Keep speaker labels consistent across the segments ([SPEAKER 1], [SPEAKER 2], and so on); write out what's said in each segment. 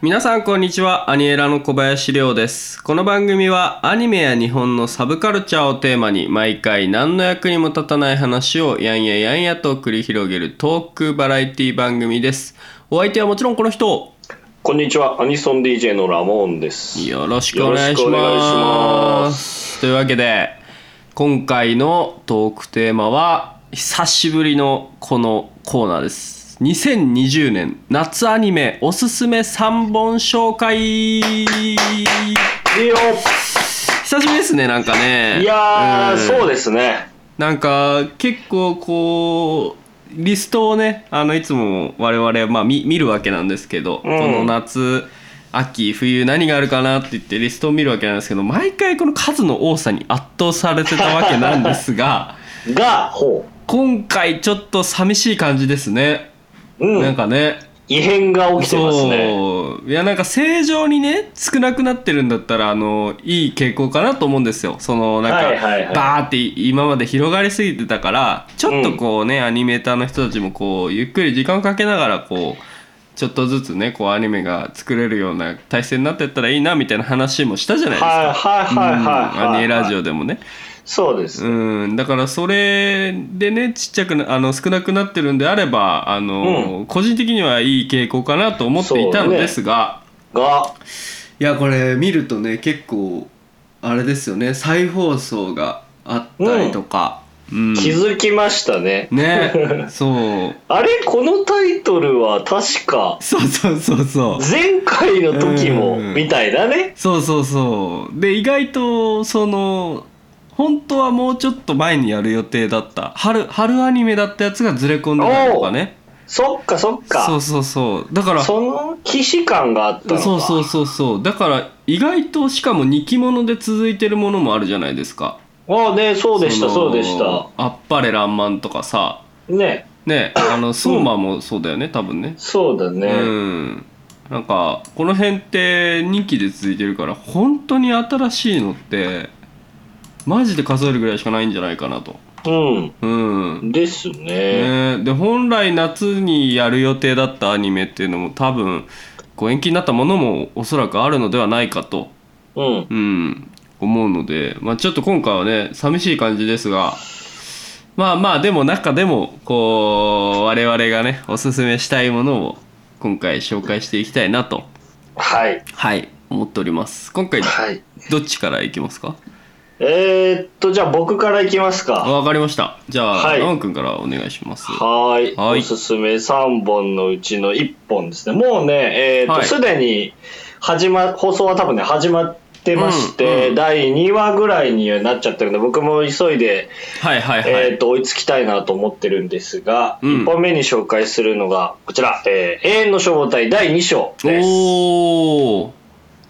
[SPEAKER 1] 皆さんこんにちはアニエラの小林亮ですこの番組はアニメや日本のサブカルチャーをテーマに毎回何の役にも立たない話をやんややんやと繰り広げるトークバラエティ番組ですお相手はもちろんこの人
[SPEAKER 2] こんにちは、アニソン DJ のラモーンです。
[SPEAKER 1] よろしくお願いし
[SPEAKER 2] よろくお願いし
[SPEAKER 1] ま
[SPEAKER 2] ます
[SPEAKER 1] というわけで今回のトークテーマは久しぶりのこのコーナーです2020年夏アニメおすすめ3本紹介
[SPEAKER 2] いいよ
[SPEAKER 1] 久しぶりですねなんかね
[SPEAKER 2] いやー、
[SPEAKER 1] ん
[SPEAKER 2] そうですね。
[SPEAKER 1] なんか結構こうリストをねあのいつも我々、まあ、見見るわけなんですけど、
[SPEAKER 2] うん
[SPEAKER 1] この夏秋冬何があるかなって言ってリストを見るわけなんですけど毎回この数の多さに圧倒されてたわけなんですが
[SPEAKER 2] が、ほ
[SPEAKER 1] 今回ちょっと寂しい感じですね、
[SPEAKER 2] う。う
[SPEAKER 1] なん
[SPEAKER 2] ん、
[SPEAKER 1] かね
[SPEAKER 2] 異変が起きてますね。
[SPEAKER 1] そういやなんか正常にね少なくなってるんだったらあのいい傾向かなと思うんですよそのなんか、
[SPEAKER 2] はいはいはい
[SPEAKER 1] バーって今まで広がりすぎてたからちょっとこうね、アニメーターの人たちもこうゆっくり時間をかけながらこうちょっとずつねこうアニメが作れるような体制になってったらいいなみたいな話もしたじゃないですか。
[SPEAKER 2] はいはいはいはいはい。
[SPEAKER 1] うんアニエラジ
[SPEAKER 2] オ。
[SPEAKER 1] オでもね、
[SPEAKER 2] そうです。
[SPEAKER 1] うん、だからそれでねちっちゃくなあの少なくなってるんであればあの、個人的にはいい傾向かなと思っていたのですが、
[SPEAKER 2] が、
[SPEAKER 1] いやこれ見るとね結構あれですよね再放送があったりとか、うん
[SPEAKER 2] 気づきましたね。
[SPEAKER 1] ねそう
[SPEAKER 2] あれ、このタイトルは確か、
[SPEAKER 1] そうそうそうそう
[SPEAKER 2] 前回の時も
[SPEAKER 1] うん、
[SPEAKER 2] みたいだね。
[SPEAKER 1] そうそうそうで意外とその本当はもうちょっと前にやる予定だった春春アニメだったやつがずれ込んでたりとかね
[SPEAKER 2] そっかそっ
[SPEAKER 1] そ
[SPEAKER 2] か
[SPEAKER 1] う。そうそうだから
[SPEAKER 2] その既視感があったのか。
[SPEAKER 1] そうそうそうそうだから意外としかも2期もので続いてるものもあるじゃないですか
[SPEAKER 2] ああね、そうでした、
[SPEAKER 1] の
[SPEAKER 2] そうでした。
[SPEAKER 1] あっぱれらんまんとかさ
[SPEAKER 2] ね、
[SPEAKER 1] ねあの相馬もそうだよね多分ね
[SPEAKER 2] そうだね。
[SPEAKER 1] うんなんかこの辺って2期で続いてるから本当に新しいのってマジで数えるぐらいしかないんじゃないかなと
[SPEAKER 2] うん。
[SPEAKER 1] うん
[SPEAKER 2] ですね。
[SPEAKER 1] ね、で本来夏にやる予定だったアニメっていうのも多分こう延期になったものもおそらくあるのではないかと、
[SPEAKER 2] うん。
[SPEAKER 1] うん、思うので、まあ、ちょっと今回はね寂しい感じですがまあまあでも中でもこう我々がねおすすめしたいものを今回紹介していきたいなと、
[SPEAKER 2] はい。
[SPEAKER 1] はい、思っております今回
[SPEAKER 2] はい。
[SPEAKER 1] どっちからいきますか
[SPEAKER 2] えー、っと、じゃあ僕からいきますか。
[SPEAKER 1] わかりましたじゃあ、
[SPEAKER 2] はい
[SPEAKER 1] ラン君からお願いします
[SPEAKER 2] はーい
[SPEAKER 1] はい
[SPEAKER 2] おすすめ3本のうちの1本ですね。もうね、えーっ
[SPEAKER 1] は
[SPEAKER 2] と、
[SPEAKER 1] い
[SPEAKER 2] すで、に始ま、放送は多分ね、始まってまして、
[SPEAKER 1] うんうん
[SPEAKER 2] 第2話ぐらいにはなっちゃってるんで、僕も急いで、
[SPEAKER 1] はいはいはい、
[SPEAKER 2] えーっと、追いつきたいなと思ってるんですが、
[SPEAKER 1] うん
[SPEAKER 2] 1本目に紹介するのが、こちら、えー永遠の消防隊第2章です。
[SPEAKER 1] おお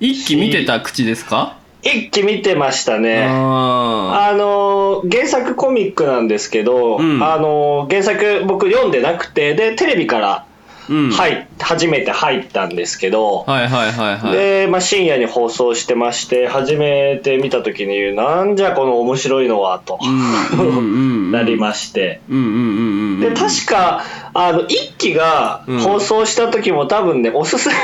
[SPEAKER 1] 一期見てた口ですか、
[SPEAKER 2] 一気見てましたね。
[SPEAKER 1] あ
[SPEAKER 2] あのー原作コミックなんですけど、
[SPEAKER 1] うん
[SPEAKER 2] あのー原作僕読んでなくてでテレビから
[SPEAKER 1] ーうん
[SPEAKER 2] 入っ、初めて入ったんですけど、
[SPEAKER 1] はいはいはいはい
[SPEAKER 2] で、まあ、深夜に放送してまして初めて見た時になんじゃこの面白いのはと
[SPEAKER 1] うんうんうんうん
[SPEAKER 2] なりまして、
[SPEAKER 1] うんうんうんうん
[SPEAKER 2] で確かあの1期が放送した時も多分ねおすすめ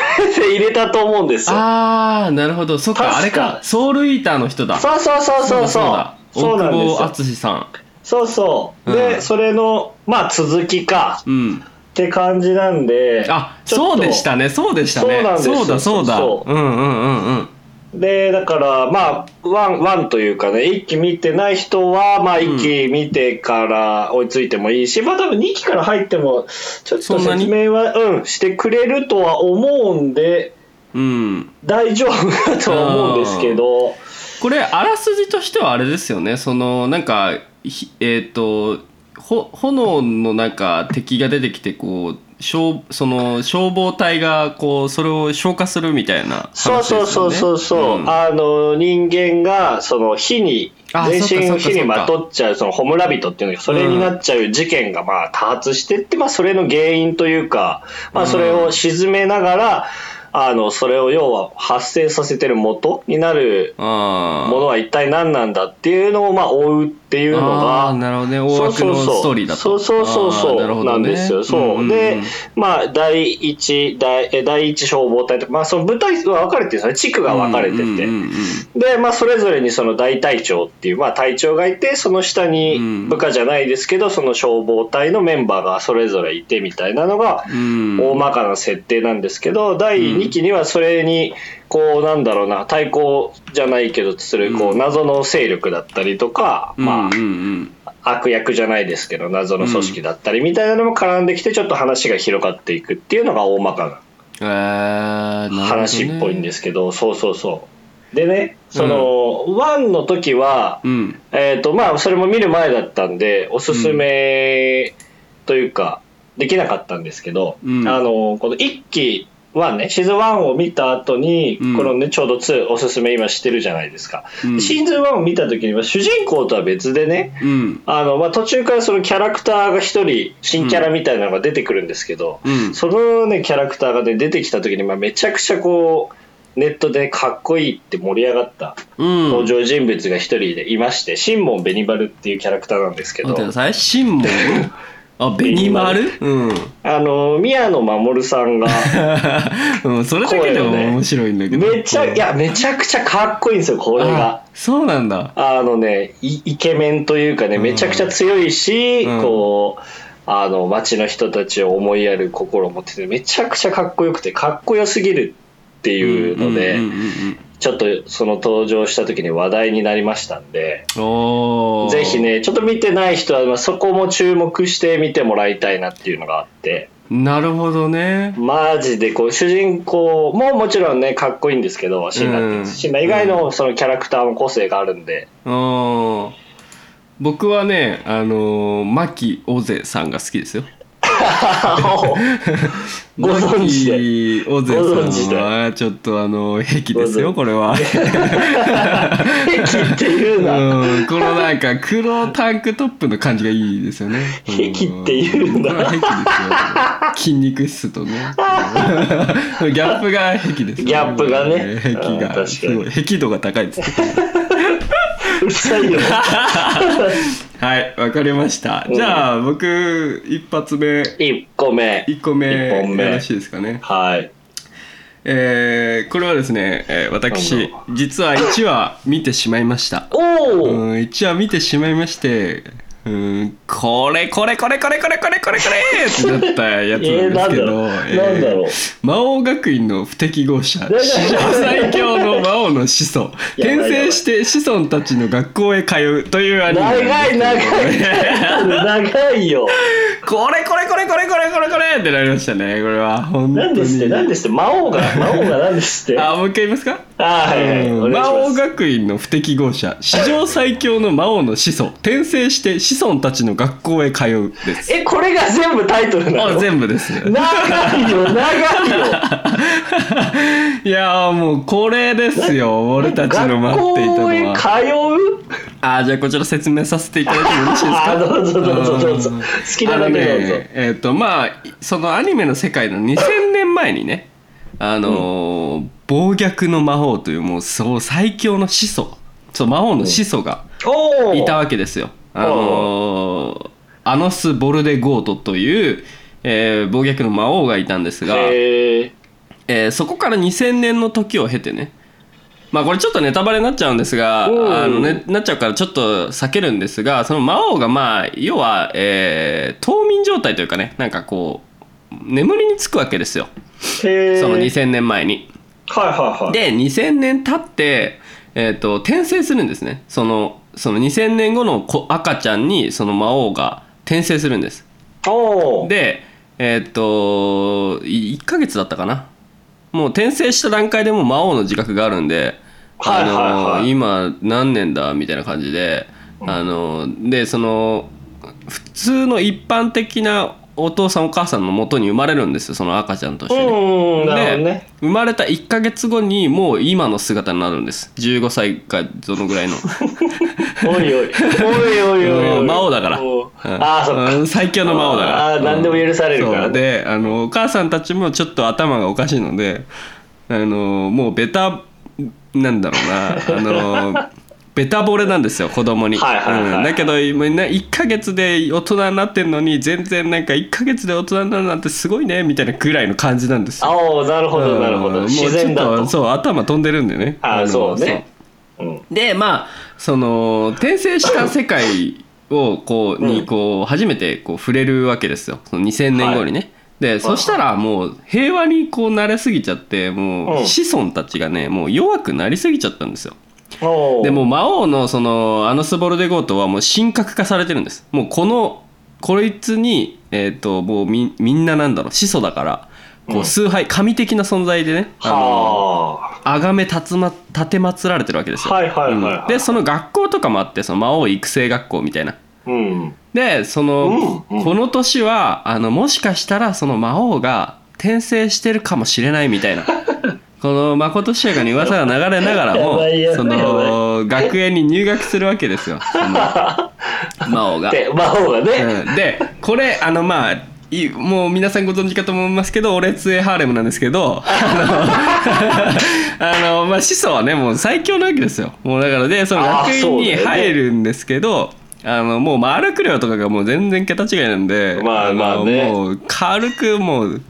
[SPEAKER 2] で入れたと思うんですよ。
[SPEAKER 1] ああなるほどそっかあれ
[SPEAKER 2] 確か
[SPEAKER 1] かソウルイーターの人だ
[SPEAKER 2] そうそうそうそうそう
[SPEAKER 1] だ。
[SPEAKER 2] そうなん
[SPEAKER 1] 大
[SPEAKER 2] で
[SPEAKER 1] 久
[SPEAKER 2] す
[SPEAKER 1] 保
[SPEAKER 2] よ。
[SPEAKER 1] 敦さ
[SPEAKER 2] そうそう。で、
[SPEAKER 1] うん
[SPEAKER 2] それの、まあ、続きか、
[SPEAKER 1] んうん
[SPEAKER 2] って感じなんで
[SPEAKER 1] あ
[SPEAKER 2] ちょっ
[SPEAKER 1] そ
[SPEAKER 2] と
[SPEAKER 1] うでしたねそうでした
[SPEAKER 2] そうなん
[SPEAKER 1] ね
[SPEAKER 2] ですよ
[SPEAKER 1] そうだそうだ
[SPEAKER 2] そううん
[SPEAKER 1] うんうんうん
[SPEAKER 2] でだからまあワンワンというかね一期見てない人はまあ
[SPEAKER 1] うん
[SPEAKER 2] 一期見てから追いついてもいいし、まあ多分2期から入ってもちょっ
[SPEAKER 1] そ
[SPEAKER 2] と
[SPEAKER 1] んなに
[SPEAKER 2] 説明はうんしてくれるとは思うんで
[SPEAKER 1] うん
[SPEAKER 2] 大丈夫だとは思うんですけど
[SPEAKER 1] これあらすじとしてはあれですよねそのなんかひえっ、とほ炎のなんか敵が出てきてこう消その消防隊がこうそれを消火するみたいな話
[SPEAKER 2] そう
[SPEAKER 1] ですよ、
[SPEAKER 2] そう
[SPEAKER 1] ね、
[SPEAKER 2] そうそうそう、
[SPEAKER 1] ん
[SPEAKER 2] あの人間がその火に
[SPEAKER 1] あ
[SPEAKER 2] 全身
[SPEAKER 1] そ
[SPEAKER 2] を
[SPEAKER 1] っかそっか
[SPEAKER 2] 火にまとっちゃうそのホムラビトっていうのがそれになっちゃう事件がまあ多発してって、まあ、それの原因というか、まあ、それを沈めながら、あのそれを要は発生させてる元になる
[SPEAKER 1] あー
[SPEAKER 2] ものは一体何なんだっていうのをまあ追うっていうの
[SPEAKER 1] あー
[SPEAKER 2] が
[SPEAKER 1] なるほどね大枠のストーリーだと
[SPEAKER 2] そうそうそうそう
[SPEAKER 1] あー
[SPEAKER 2] そ
[SPEAKER 1] る
[SPEAKER 2] う
[SPEAKER 1] ほ
[SPEAKER 2] な
[SPEAKER 1] ど
[SPEAKER 2] ん
[SPEAKER 1] ね
[SPEAKER 2] ですよ、
[SPEAKER 1] ん
[SPEAKER 2] そ
[SPEAKER 1] ん
[SPEAKER 2] うでまあ第一第え第一消防隊とか、まあ、その部隊は分かれてるんですよね地区が分かれてて、
[SPEAKER 1] うんうんうんうん
[SPEAKER 2] で、まあ、それぞれにその大隊長っていう、まあ、隊長がいて、その下に
[SPEAKER 1] うん
[SPEAKER 2] 部下じゃないですけど、その消防隊のメンバーがそれぞれいてみたいなのが、
[SPEAKER 1] うん
[SPEAKER 2] 大まかな設定なんですけど、第2期にはそれに、こう、なんだろうな、対抗じゃないけど、する、こ
[SPEAKER 1] う
[SPEAKER 2] う、
[SPEAKER 1] ん
[SPEAKER 2] 謎の勢力だったりとか、ま
[SPEAKER 1] うんうん
[SPEAKER 2] あ、悪役じゃないですけど、謎の組織だったりみたいなのも絡んできて、ちょっと話が広がっていくっていうのが大まかな
[SPEAKER 1] うん、えーなるほどね
[SPEAKER 2] 話っぽいんですけど、そうそうそう。でね、その、1の時は、
[SPEAKER 1] うん
[SPEAKER 2] えっ、と、まあ、それも見る前だったんで、おすすめというか、できなかったんですけど、
[SPEAKER 1] うん
[SPEAKER 2] あの、この1期、1ね、シーズン1を見た後に、
[SPEAKER 1] うん
[SPEAKER 2] このね、ちょうど2おすすめ今してるじゃないですか。
[SPEAKER 1] うん
[SPEAKER 2] シーズン1を見た時には、主人公とは別でね、
[SPEAKER 1] うん
[SPEAKER 2] あの、まあ、途中からそのキャラクターが一人、新キャラみたいなのが出てくるんですけど、
[SPEAKER 1] うん
[SPEAKER 2] そのね、キャラクターがね、出てきた時に、まあ、めちゃくちゃこう、ネットでかっこいいって盛り上がった
[SPEAKER 1] うん
[SPEAKER 2] 登場人物が一人でいまして、シンモン・ベニバルっていうキャラクターなんですけ
[SPEAKER 1] 待
[SPEAKER 2] ど
[SPEAKER 1] ってく、ださいシンモンあベニマルうん、
[SPEAKER 2] あの、宮野真守さ んが、
[SPEAKER 1] うん、それだけでも面白いんだけど
[SPEAKER 2] めちゃ、いや、めちゃくちゃかっこいいんですよ、これが
[SPEAKER 1] あ。そうなんだ
[SPEAKER 2] あのね、イイケメンというかね、
[SPEAKER 1] うん
[SPEAKER 2] めちゃくちゃ強いし、
[SPEAKER 1] うん
[SPEAKER 2] こう、あの、街の人たちを思いやる心を持ってて、めちゃくちゃかっこよくて、かっこよすぎるっていうので、
[SPEAKER 1] うんうんうん
[SPEAKER 2] ちょっとその登場した時に話題になりましたんで、
[SPEAKER 1] うん、おー
[SPEAKER 2] ぜひね、ちょっと見てない人は、まあそこも注目して見てもらいたいなっていうのがあって、
[SPEAKER 1] なるほどね
[SPEAKER 2] マジでこう、主人公ももちろんね、かっこいいんですけど、シンナーってシンナー以外のそのキャラクターも個性があるんで、
[SPEAKER 1] うん僕はねあのー、牧尾瀬さんが好きですよ
[SPEAKER 2] ご存知で
[SPEAKER 1] 牧尾
[SPEAKER 2] ご存
[SPEAKER 1] 瀬
[SPEAKER 2] 知
[SPEAKER 1] さ
[SPEAKER 2] で
[SPEAKER 1] んはちょっとあのー癖ですよこ
[SPEAKER 2] ご存知
[SPEAKER 1] れは
[SPEAKER 2] 壁って いう
[SPEAKER 1] う
[SPEAKER 2] な。
[SPEAKER 1] ん、このなんか黒タンクトップの感じがいいですよね。
[SPEAKER 2] 壁って言うんだ
[SPEAKER 1] これは壁で すよ。筋肉質とね。 ギャップが壁です、
[SPEAKER 2] ギャップがね
[SPEAKER 1] 壁
[SPEAKER 2] あー確か
[SPEAKER 1] が
[SPEAKER 2] に
[SPEAKER 1] すごい壁度が高いです、ね。
[SPEAKER 2] うるさいよ。
[SPEAKER 1] はい、わかりました。じゃあ、僕一発目
[SPEAKER 2] 1個目。
[SPEAKER 1] 一個目
[SPEAKER 2] 一本目
[SPEAKER 1] よろしいですかね。
[SPEAKER 2] はい。え
[SPEAKER 1] えー、これはですね、えー私
[SPEAKER 2] な
[SPEAKER 1] 実は1話見てしまいました。
[SPEAKER 2] お
[SPEAKER 1] う
[SPEAKER 2] ー
[SPEAKER 1] ん、一話見てしまいまして、うん、これこれこれこれこれこれこれこれってなったやつなんですけど、
[SPEAKER 2] えーなんだろうなんだろう
[SPEAKER 1] 魔王学院の不適合者、
[SPEAKER 2] だろう
[SPEAKER 1] 史上最強の魔王の子孫、
[SPEAKER 2] やばい
[SPEAKER 1] 転生して子孫たちの学校へ通うというアニメなんですけど。
[SPEAKER 2] 長い長 いよ。
[SPEAKER 1] これこれこれこれこれこれこれってなりましたね、これは。本当に。
[SPEAKER 2] 何ですって何ですって魔王が魔王が何で すって。
[SPEAKER 1] あ、もう一回言いますか
[SPEAKER 2] あーはいはい
[SPEAKER 1] うん
[SPEAKER 2] お願いします
[SPEAKER 1] 魔王学院の不適合者史上最強の魔王の子孫転生して子孫たちの学校へ通うです
[SPEAKER 2] え、これが全部タイトルな
[SPEAKER 1] あ
[SPEAKER 2] の
[SPEAKER 1] 全部ですね
[SPEAKER 2] 長いよ、長いよ。
[SPEAKER 1] いやーもうこれですよ俺たちの待っていたの
[SPEAKER 2] 学
[SPEAKER 1] は
[SPEAKER 2] 校へ 通う
[SPEAKER 1] あーじゃあこちら説明させていただいてもよろしいです
[SPEAKER 2] あ
[SPEAKER 1] か
[SPEAKER 2] ーどうぞどうぞどうぞ。
[SPEAKER 1] ん
[SPEAKER 2] 好きなだ
[SPEAKER 1] あの
[SPEAKER 2] けどうぞ
[SPEAKER 1] ね。えっ、とまあそのアニメの世界の2000年前にねあのー暴虐の魔法というもうそう最強の始祖そう魔王の始祖が、
[SPEAKER 2] おお。
[SPEAKER 1] いたわけですよ。あのーアノス・ボルデ・ゴートという、えー暴虐の魔王がいたんですが、え
[SPEAKER 2] へえ。
[SPEAKER 1] ーそこから2000年の時を経てねまあこれちょっとネタバレになっちゃうんですが
[SPEAKER 2] うん
[SPEAKER 1] あの、ね、なっちゃうからちょっと避けるんですがその魔王がまあ要は、えー冬眠状態というかねなんかこう眠りにつくわけですよ
[SPEAKER 2] へえ。
[SPEAKER 1] その
[SPEAKER 2] はい
[SPEAKER 1] 2000年前に。
[SPEAKER 2] はいは い。
[SPEAKER 1] で2000年経って、えー、と転生するんですねそのその2000年後の子赤ちゃんにその魔王が転生するんです
[SPEAKER 2] おお。
[SPEAKER 1] でえっ、と1ヶ月だったかなもう転生した段階でもう魔王の自覚があるんで、
[SPEAKER 2] はいはいはい
[SPEAKER 1] あの今何年だみたいな感じで、あのでその普通の一般的なお父さんお母さんの元に生まれるんですよその赤ちゃんとし
[SPEAKER 2] う
[SPEAKER 1] てね、
[SPEAKER 2] んうん、なるほど
[SPEAKER 1] で
[SPEAKER 2] ね。
[SPEAKER 1] 生まれた1ヶ月後にもう今の姿になるんです15歳かどのぐらいの
[SPEAKER 2] おいおい。おいおいおいお
[SPEAKER 1] う
[SPEAKER 2] い。
[SPEAKER 1] ん魔王だから
[SPEAKER 2] お
[SPEAKER 1] う
[SPEAKER 2] ー
[SPEAKER 1] ん
[SPEAKER 2] ああ、そっか。
[SPEAKER 1] うん最強の魔王だから
[SPEAKER 2] あー
[SPEAKER 1] うん
[SPEAKER 2] 何でも許されるからね
[SPEAKER 1] そうであのお母さんたちもちょっと頭がおかしいのであのもうベタなんだろうなあの ベタ惚れなんですよ子供に、
[SPEAKER 2] はいはいはい
[SPEAKER 1] うん、だけど今な1ヶ月で大人になってんのに全然なんか1ヶ月で大人になるなんてすごいねみたいなぐらいの感じなんですよ
[SPEAKER 2] あおなるほ
[SPEAKER 1] う
[SPEAKER 2] ど
[SPEAKER 1] ん
[SPEAKER 2] なるほ
[SPEAKER 1] も
[SPEAKER 2] ど
[SPEAKER 1] う
[SPEAKER 2] 自然だ
[SPEAKER 1] ちょっ
[SPEAKER 2] と
[SPEAKER 1] そう頭飛んでるんでね
[SPEAKER 2] あ
[SPEAKER 1] の
[SPEAKER 2] そうねうん
[SPEAKER 1] そうでまあその転生した世界をこう
[SPEAKER 2] うん
[SPEAKER 1] にこう初めてこう触れるわけですよその2000年後にね、でそしたらもう平和にこう慣れすぎちゃっても
[SPEAKER 2] うん
[SPEAKER 1] う子孫たちがねもう弱くなりすぎちゃったんですよ
[SPEAKER 2] おー
[SPEAKER 1] でもう魔王のそのアノスボルデゴートはもう神格化されてるんですもうこのこいつにえっ、ともうみみんななんだろう始祖だからこ
[SPEAKER 2] う
[SPEAKER 1] うん崇拝神的な存在でねあの
[SPEAKER 2] は
[SPEAKER 1] 崇めたつま立てまつられてるわけですよ、
[SPEAKER 2] はいはいはいはい
[SPEAKER 1] うんでその学校とかもあってその魔王育成学校みたいな
[SPEAKER 2] あうん
[SPEAKER 1] でその、
[SPEAKER 2] うんうん
[SPEAKER 1] この年はあのもしかしたらその魔王が転生してるかもしれないみた いなこのまことしやかに噂が流れながらも
[SPEAKER 2] やばいやばい
[SPEAKER 1] その学園に入学するわけですよそ の魔王が。
[SPEAKER 2] で魔法がね、
[SPEAKER 1] うんでこれあのまあいもう皆さんご存知かと思いますけど俺杖ハーレムなんですけどあのあの、まあ、始祖はねもう最強なわけですよもうだからでその
[SPEAKER 2] あー
[SPEAKER 1] 学院に
[SPEAKER 2] そうだよね
[SPEAKER 1] 入るんですけどあのもうマルクレオとかがもう全然桁違いなんで、
[SPEAKER 2] まあまあね
[SPEAKER 1] のもう軽くもう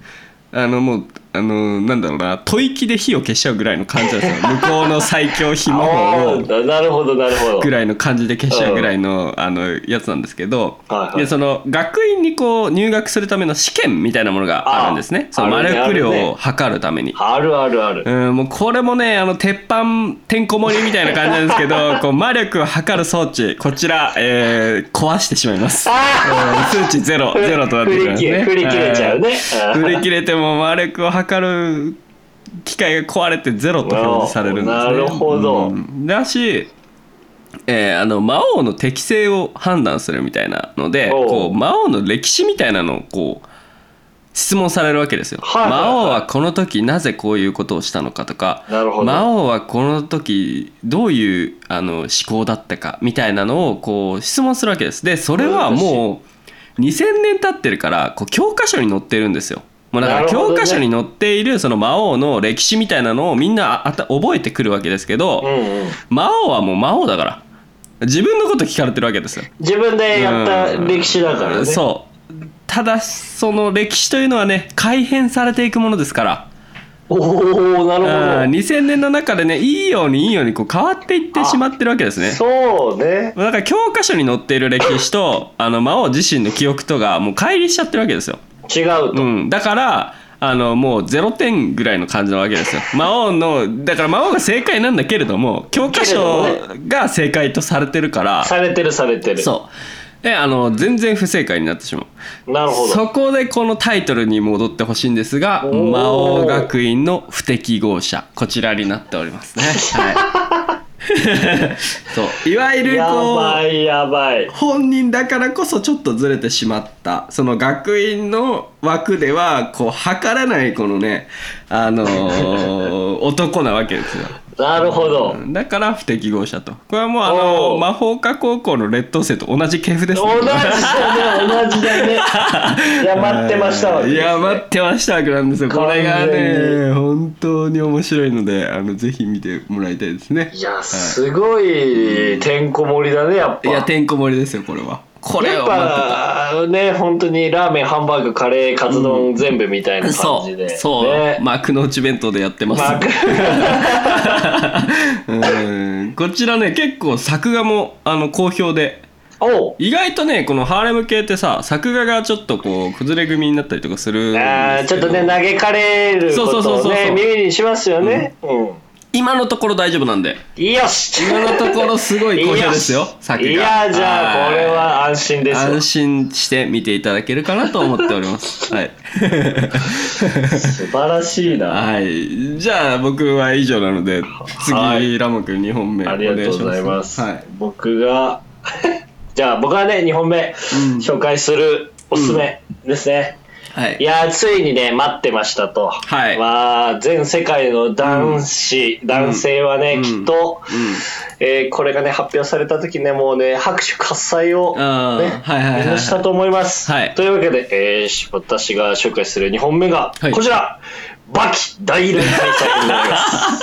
[SPEAKER 1] あのもうあのなんだろうな吐息で火を消しちゃうぐらいの感じなんですよ向こうの最強火魔
[SPEAKER 2] あ
[SPEAKER 1] 法を
[SPEAKER 2] ーななるほどなるほど
[SPEAKER 1] ぐらいの感じで消しちゃうぐらいのあのやつなんですけど、
[SPEAKER 2] はいはい
[SPEAKER 1] でその学院にこう入学するための試験みたいなものがあるんですね
[SPEAKER 2] あ
[SPEAKER 1] その
[SPEAKER 2] あ
[SPEAKER 1] 魔
[SPEAKER 2] るね
[SPEAKER 1] 力量
[SPEAKER 2] あるね
[SPEAKER 1] を測るために。
[SPEAKER 2] あるあるある
[SPEAKER 1] うん、もうこれもねあの鉄板てんこ盛りみたいな感じなんですけ どこう魔力を測る装置こちら、えー壊してしまいます、うん数値ゼロゼロとなってしまいますね
[SPEAKER 2] 振り切れ振り切れちゃうね
[SPEAKER 1] はい振り切れても魔力を測る機械が壊れてゼロと表示されるんですね
[SPEAKER 2] なるほど
[SPEAKER 1] うんだしえーあの魔王の適性を判断するみたいなので
[SPEAKER 2] おう
[SPEAKER 1] こう魔王の歴史みたいなのをこう質問されるわけですよ、
[SPEAKER 2] はいはいはい
[SPEAKER 1] 魔王はこの時なぜこういうことをしたのかとか
[SPEAKER 2] なるほど
[SPEAKER 1] 魔王はこの時どういうあの思考だったかみたいなのをこう質問するわけですでそれはもう2000年経ってるからこう教科書に載ってるんですよもうだか
[SPEAKER 2] な
[SPEAKER 1] ら
[SPEAKER 2] るほど
[SPEAKER 1] 教
[SPEAKER 2] ね
[SPEAKER 1] 科書に載っているその魔王の歴史みたいなのをみんなあた覚えてくるわけですけど、
[SPEAKER 2] うんうん
[SPEAKER 1] 魔王はもう魔王だから自分のこと聞かれてるわけですよ
[SPEAKER 2] 自分でやった歴史だからね
[SPEAKER 1] そうただその歴史というのはね改変されていくものですから
[SPEAKER 2] おおな
[SPEAKER 1] うん
[SPEAKER 2] る
[SPEAKER 1] 2000年の中でねいいようにいいようにこう変わっていってしまってるわけです
[SPEAKER 2] ほど
[SPEAKER 1] ね
[SPEAKER 2] そうね
[SPEAKER 1] だから教科書に載っている歴史とあの魔王自身の記憶とがもう乖離しちゃってるわけですよ、
[SPEAKER 2] 違う
[SPEAKER 1] う
[SPEAKER 2] と
[SPEAKER 1] ん、だからあのもう0点ぐらいの感じなわけ ですよ魔王のだから魔王が正解なんだけれども教科書が正解とされてるから
[SPEAKER 2] されてるされてる
[SPEAKER 1] そうであの全然不正解になってしまう
[SPEAKER 2] なるほど
[SPEAKER 1] そこでこのタイトルに戻ってほしいんですが
[SPEAKER 2] おー
[SPEAKER 1] 魔王学院の不適合者こちらになっておりますね、 はい、そういわゆる
[SPEAKER 2] や
[SPEAKER 1] こ
[SPEAKER 2] ば
[SPEAKER 1] う
[SPEAKER 2] いやばい
[SPEAKER 1] 本人だからこそちょっとずれてしまったその学院の枠ではこう測れないこのねあの ー男なわけですよ
[SPEAKER 2] なるほど
[SPEAKER 1] うんだから不適合者とこれはもうあの
[SPEAKER 2] おー
[SPEAKER 1] 魔法科高校の劣等生と同じ系譜ですね
[SPEAKER 2] 同じだね同じだ ねいや待ってましたわ、
[SPEAKER 1] いや待ってましたわけなんですよこれが
[SPEAKER 2] 完全
[SPEAKER 1] ね本当に面白いのであのぜひ見てもらいたいですね
[SPEAKER 2] いやすごいてんこ盛りだねやっ
[SPEAKER 1] い
[SPEAKER 2] ぱ
[SPEAKER 1] やてんこ盛りですよこれはこれ
[SPEAKER 2] やっ
[SPEAKER 1] を待ってた
[SPEAKER 2] ぱね本当にラーメンハンバーグカレーカツ丼全部みたいな感
[SPEAKER 1] そ
[SPEAKER 2] じ
[SPEAKER 1] う
[SPEAKER 2] で
[SPEAKER 1] そう、
[SPEAKER 2] ね
[SPEAKER 1] まあ幕の内弁当でやってます、
[SPEAKER 2] まあ
[SPEAKER 1] うんこちらね結構作画もあの好評で
[SPEAKER 2] おう
[SPEAKER 1] 意外とねこのハーレム系ってさ作画がちょっとこう崩れ組になったりとかするんですけど
[SPEAKER 2] あーちょっとね投げかれるこ
[SPEAKER 1] そうそう
[SPEAKER 2] と
[SPEAKER 1] そ
[SPEAKER 2] を
[SPEAKER 1] うそう
[SPEAKER 2] ね耳にしますよねうん
[SPEAKER 1] 今のところ大丈夫なんで
[SPEAKER 2] よし
[SPEAKER 1] 今のところすごい好評ですよ作画
[SPEAKER 2] いやじゃあこれは安心ですよ
[SPEAKER 1] 安心して見ていただけるかなと思っております。はい。
[SPEAKER 2] 素晴らしいな
[SPEAKER 1] はい。じゃあ僕は以上なので、次、
[SPEAKER 2] はい
[SPEAKER 1] ラモ君2本目お
[SPEAKER 2] あり
[SPEAKER 1] 願
[SPEAKER 2] が
[SPEAKER 1] いし
[SPEAKER 2] と
[SPEAKER 1] ます。
[SPEAKER 2] うございます、
[SPEAKER 1] はい。
[SPEAKER 2] 僕が じゃあ僕はね2本目
[SPEAKER 1] ん
[SPEAKER 2] 紹介するおすすめですね、
[SPEAKER 1] はいい。
[SPEAKER 2] やーついにね待ってましたと、
[SPEAKER 1] はい
[SPEAKER 2] まあ、全世界の男子、男性はね、
[SPEAKER 1] うん
[SPEAKER 2] きっと、えーこれがね発表された時ねもうね拍手喝采を、ね
[SPEAKER 1] あーはいはいはいはい
[SPEAKER 2] みんなしたと思います、
[SPEAKER 1] はい
[SPEAKER 2] というわけで、えーし私が紹介する2本目が
[SPEAKER 1] はい
[SPEAKER 2] こちら、バキ大連開催になります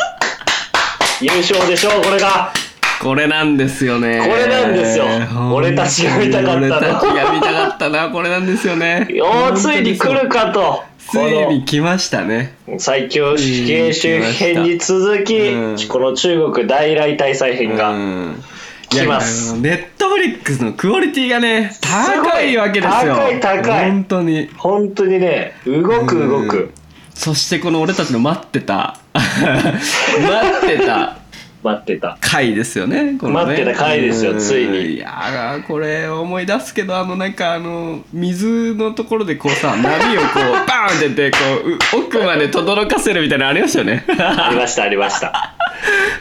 [SPEAKER 2] 優勝でしょうこれが
[SPEAKER 1] これなんですよね
[SPEAKER 2] これなんですよ俺たちが見たかったの
[SPEAKER 1] 俺たちが見たかったなこれなんですよね
[SPEAKER 2] おーついに来るかと
[SPEAKER 1] ついに来ましたね
[SPEAKER 2] この最強死刑囚編に続き、
[SPEAKER 1] うん
[SPEAKER 2] この中国大来大祭編が、
[SPEAKER 1] うん
[SPEAKER 2] 来ます
[SPEAKER 1] いやネットフリックスのクオリティがね高いわけですよ
[SPEAKER 2] 高い高い
[SPEAKER 1] 本当に
[SPEAKER 2] 本当にね動く動く、
[SPEAKER 1] うんそしてこの俺たちの待ってた 待ってた
[SPEAKER 2] 待ってた
[SPEAKER 1] 回ですよねこのね
[SPEAKER 2] 待ってた回ですよ
[SPEAKER 1] うん
[SPEAKER 2] ついに
[SPEAKER 1] いやーこれ思い出すけどあのなんかあの水のところでこうさ波をこ うバーンって出てこうう奥まで轟かせるみたいなのありましたよ ね
[SPEAKER 2] ありましたありました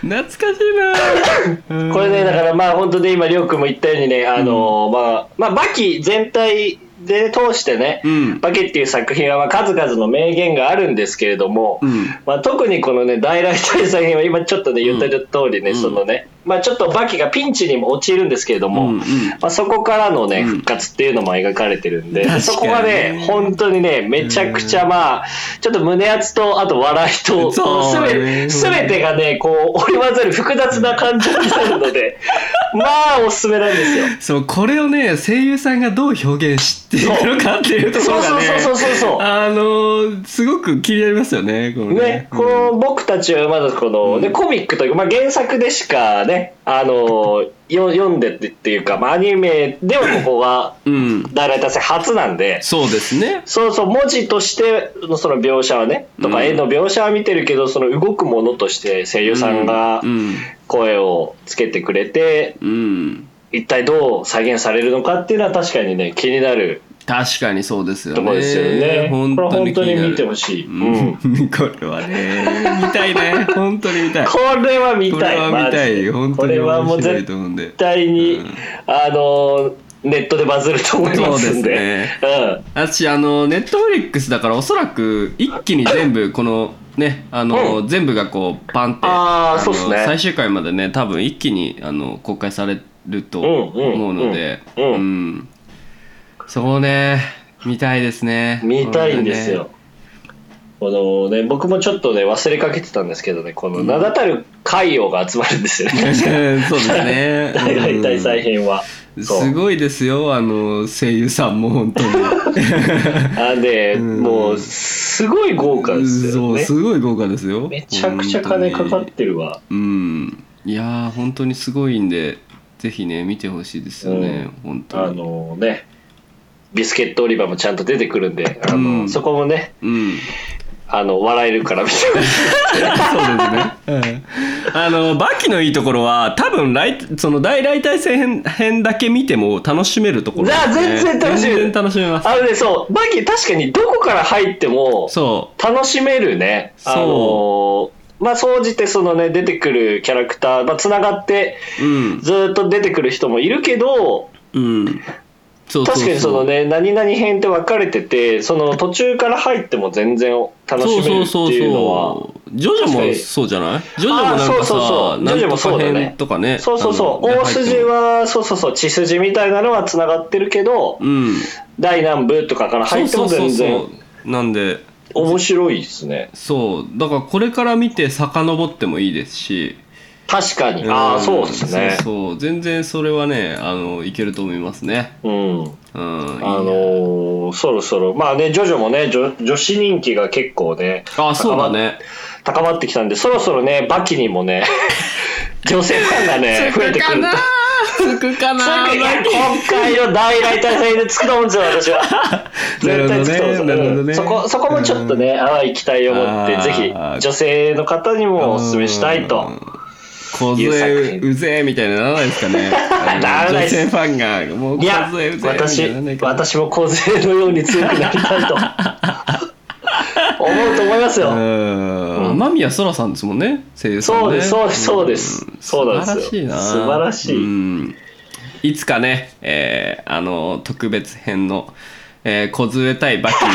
[SPEAKER 1] 懐かしいなー
[SPEAKER 2] これねだからまあ本当に今りょうくんも言ったようにねあの、まあまあバキ全体で通してね、
[SPEAKER 1] うん
[SPEAKER 2] バキっていう作品はまあ数々の名言があるんですけれども、
[SPEAKER 1] うん
[SPEAKER 2] まあ、特にこのね大来大祭編は今ちょっとね言った通り
[SPEAKER 1] う
[SPEAKER 2] ね、
[SPEAKER 1] ん
[SPEAKER 2] そのね、まあ、ちょっとバキがピンチにも陥るんですけれども、
[SPEAKER 1] うんうん
[SPEAKER 2] まあ、そこからのね
[SPEAKER 1] うん
[SPEAKER 2] 復活っていうのも描かれてるんで、
[SPEAKER 1] 確かに
[SPEAKER 2] そこがね本当にねめちゃくちゃまあちょっと胸熱とあと笑いと
[SPEAKER 1] そう
[SPEAKER 2] す
[SPEAKER 1] ね
[SPEAKER 2] べ全てがねこう織り交ざる複雑な感情になるの でまあおすすめなんですよ。
[SPEAKER 1] そうこれをね声優さんがどう表現していくのかっていうところがね
[SPEAKER 2] そうそうそうそうそうそう
[SPEAKER 1] あのーすごく気になりますよねこのね
[SPEAKER 2] ね、この僕たちはまだこの、ね、コミックというか、まあ、原作でしかね、あのよ読んでってっていうか、まあ、アニメではここは
[SPEAKER 1] うん
[SPEAKER 2] 大々達成初なんで、
[SPEAKER 1] そうですね
[SPEAKER 2] そうそう、文字としてのその描写はね、と
[SPEAKER 1] うん
[SPEAKER 2] か絵の描写は見てるけど、その動くものとして声優さんが
[SPEAKER 1] うん
[SPEAKER 2] 声をつけてくれて、
[SPEAKER 1] うん
[SPEAKER 2] 一体どう再現されるのかっていうのは確かにね、気になる
[SPEAKER 1] 確かにそうですよね。
[SPEAKER 2] ところですよね。
[SPEAKER 1] 本
[SPEAKER 2] これは
[SPEAKER 1] 当
[SPEAKER 2] 本
[SPEAKER 1] に
[SPEAKER 2] 当に見てほ
[SPEAKER 1] し
[SPEAKER 2] しい。
[SPEAKER 1] う
[SPEAKER 2] うん
[SPEAKER 1] ん、これはね、見たい ね。本当に見たい。
[SPEAKER 2] これは見
[SPEAKER 1] こ
[SPEAKER 2] たい。
[SPEAKER 1] れは見た
[SPEAKER 2] マジ
[SPEAKER 1] い。
[SPEAKER 2] で
[SPEAKER 1] 本当
[SPEAKER 2] こ
[SPEAKER 1] に
[SPEAKER 2] れはも
[SPEAKER 1] 面
[SPEAKER 2] う
[SPEAKER 1] 白
[SPEAKER 2] 絶
[SPEAKER 1] いと思うんで
[SPEAKER 2] 絶。対に、
[SPEAKER 1] うん
[SPEAKER 2] あのネットでバズると思います
[SPEAKER 1] そうです
[SPEAKER 2] んで
[SPEAKER 1] ね
[SPEAKER 2] うん
[SPEAKER 1] 私、あの、ネットフリックスだから、おそらく一気に全部、この、ね、あの、
[SPEAKER 2] う
[SPEAKER 1] 全部がこう、パンって、
[SPEAKER 2] あー
[SPEAKER 1] の
[SPEAKER 2] そうっすね
[SPEAKER 1] 最終回までね、多分一気に、あの、公開されると思うので、
[SPEAKER 2] うんうんうん
[SPEAKER 1] んそこをね、見たいですね。
[SPEAKER 2] 見たいんですよ
[SPEAKER 1] こ、
[SPEAKER 2] このね僕もちょっとね忘れかけてたんですけどねこの名だたる海王が集まるんですよ ね
[SPEAKER 1] れね。
[SPEAKER 2] 確か
[SPEAKER 1] そうですね。
[SPEAKER 2] 大
[SPEAKER 1] うん
[SPEAKER 2] 大大再編は、そう
[SPEAKER 1] すごいですよあの声優さんも本当に
[SPEAKER 2] あで、
[SPEAKER 1] うん
[SPEAKER 2] もうすごい豪華ですよ
[SPEAKER 1] そう
[SPEAKER 2] ね
[SPEAKER 1] すごい豪華ですよ
[SPEAKER 2] めちゃくちゃ金かかってるわ
[SPEAKER 1] 本当にうんいやー本当にすごいんでぜひね見てほしいですよね、本
[SPEAKER 2] あ
[SPEAKER 1] 当に
[SPEAKER 2] のねビスケットオリバーもちゃんと出てくるんであの、
[SPEAKER 1] うん
[SPEAKER 2] そこもね
[SPEAKER 1] うん
[SPEAKER 2] あの笑えるから見てほしい
[SPEAKER 1] そうですね、うんあのバキのいいところは多分来その大来大戦編編だけ見ても楽しめるところ
[SPEAKER 2] いや
[SPEAKER 1] ですね
[SPEAKER 2] 全然楽しめる
[SPEAKER 1] 全然楽し めます
[SPEAKER 2] あのね、そう、バギー確かにどこから入っても
[SPEAKER 1] そ
[SPEAKER 2] 楽しめるね。あの
[SPEAKER 1] そ
[SPEAKER 2] まあ、総じてそのね、出てくるキャラクター、まあ、繋がって
[SPEAKER 1] ううん
[SPEAKER 2] ずーっと出てくる人もいるけど、
[SPEAKER 1] うんそうそうそう
[SPEAKER 2] 確かにそのね、何々編って分かれてて、その途中から入っても全然楽しめるっていうのは、
[SPEAKER 1] うジョジョもそうじゃないジョジョもなん
[SPEAKER 2] あー
[SPEAKER 1] か
[SPEAKER 2] そうそうそ
[SPEAKER 1] さな
[SPEAKER 2] う
[SPEAKER 1] ん
[SPEAKER 2] ジョジョ
[SPEAKER 1] と
[SPEAKER 2] もそ
[SPEAKER 1] か
[SPEAKER 2] うだね
[SPEAKER 1] 編とかね
[SPEAKER 2] そうそうそう、
[SPEAKER 1] あの
[SPEAKER 2] 大筋は、そうそうそう、血筋みたいなのは繋がってるけど、
[SPEAKER 1] うん
[SPEAKER 2] 大南部とかから入っても
[SPEAKER 1] そう
[SPEAKER 2] 全
[SPEAKER 1] そうそう
[SPEAKER 2] 然
[SPEAKER 1] そうなんで
[SPEAKER 2] 面白いですね。
[SPEAKER 1] そうだからこれから見て遡ってもいいですし
[SPEAKER 2] 確かに。ああ、
[SPEAKER 1] ん
[SPEAKER 2] そうですね。
[SPEAKER 1] そうそう全然それはねあのいけると思いますね
[SPEAKER 2] う
[SPEAKER 1] う
[SPEAKER 2] ん。
[SPEAKER 1] ん
[SPEAKER 2] あのーそろそろ、まあね、ジョジョもね、女女子人気が結構ね、
[SPEAKER 1] あそうだね
[SPEAKER 2] 高まってきたんで、そろそろね、バキにも ね、女性ファンがね、増えてくると。
[SPEAKER 1] つくかな
[SPEAKER 2] つくいや今回の大来大祭でつくと思うんですよ、私は。絶対つくと思う ん
[SPEAKER 1] なるほどねなるほど
[SPEAKER 2] で
[SPEAKER 1] ね
[SPEAKER 2] すよ。うんそこ、そこもちょっとね、淡い期待を持って
[SPEAKER 1] あ、ー
[SPEAKER 2] ぜひ、女性の方にもお勧めしたいと。
[SPEAKER 1] 小
[SPEAKER 2] いう作
[SPEAKER 1] 杖
[SPEAKER 2] 品
[SPEAKER 1] うぜえみたいにならないですかね
[SPEAKER 2] ならない
[SPEAKER 1] 女
[SPEAKER 2] っす
[SPEAKER 1] 性ファンがもう
[SPEAKER 2] いや
[SPEAKER 1] 小杖うぜえみたい
[SPEAKER 2] 私
[SPEAKER 1] にならないかな
[SPEAKER 2] 私も小勢のように強くなりたい と思うと思いますよ、
[SPEAKER 1] うん間宮空さんですもんね声優さんね
[SPEAKER 2] そうですそうですそうですそうなんですよ
[SPEAKER 1] 素
[SPEAKER 2] 素
[SPEAKER 1] 晴
[SPEAKER 2] 晴
[SPEAKER 1] ら
[SPEAKER 2] ら
[SPEAKER 1] し
[SPEAKER 2] し
[SPEAKER 1] い
[SPEAKER 2] い
[SPEAKER 1] なうんいつかね、えーあの特別編の「えー、小杖対バキ」の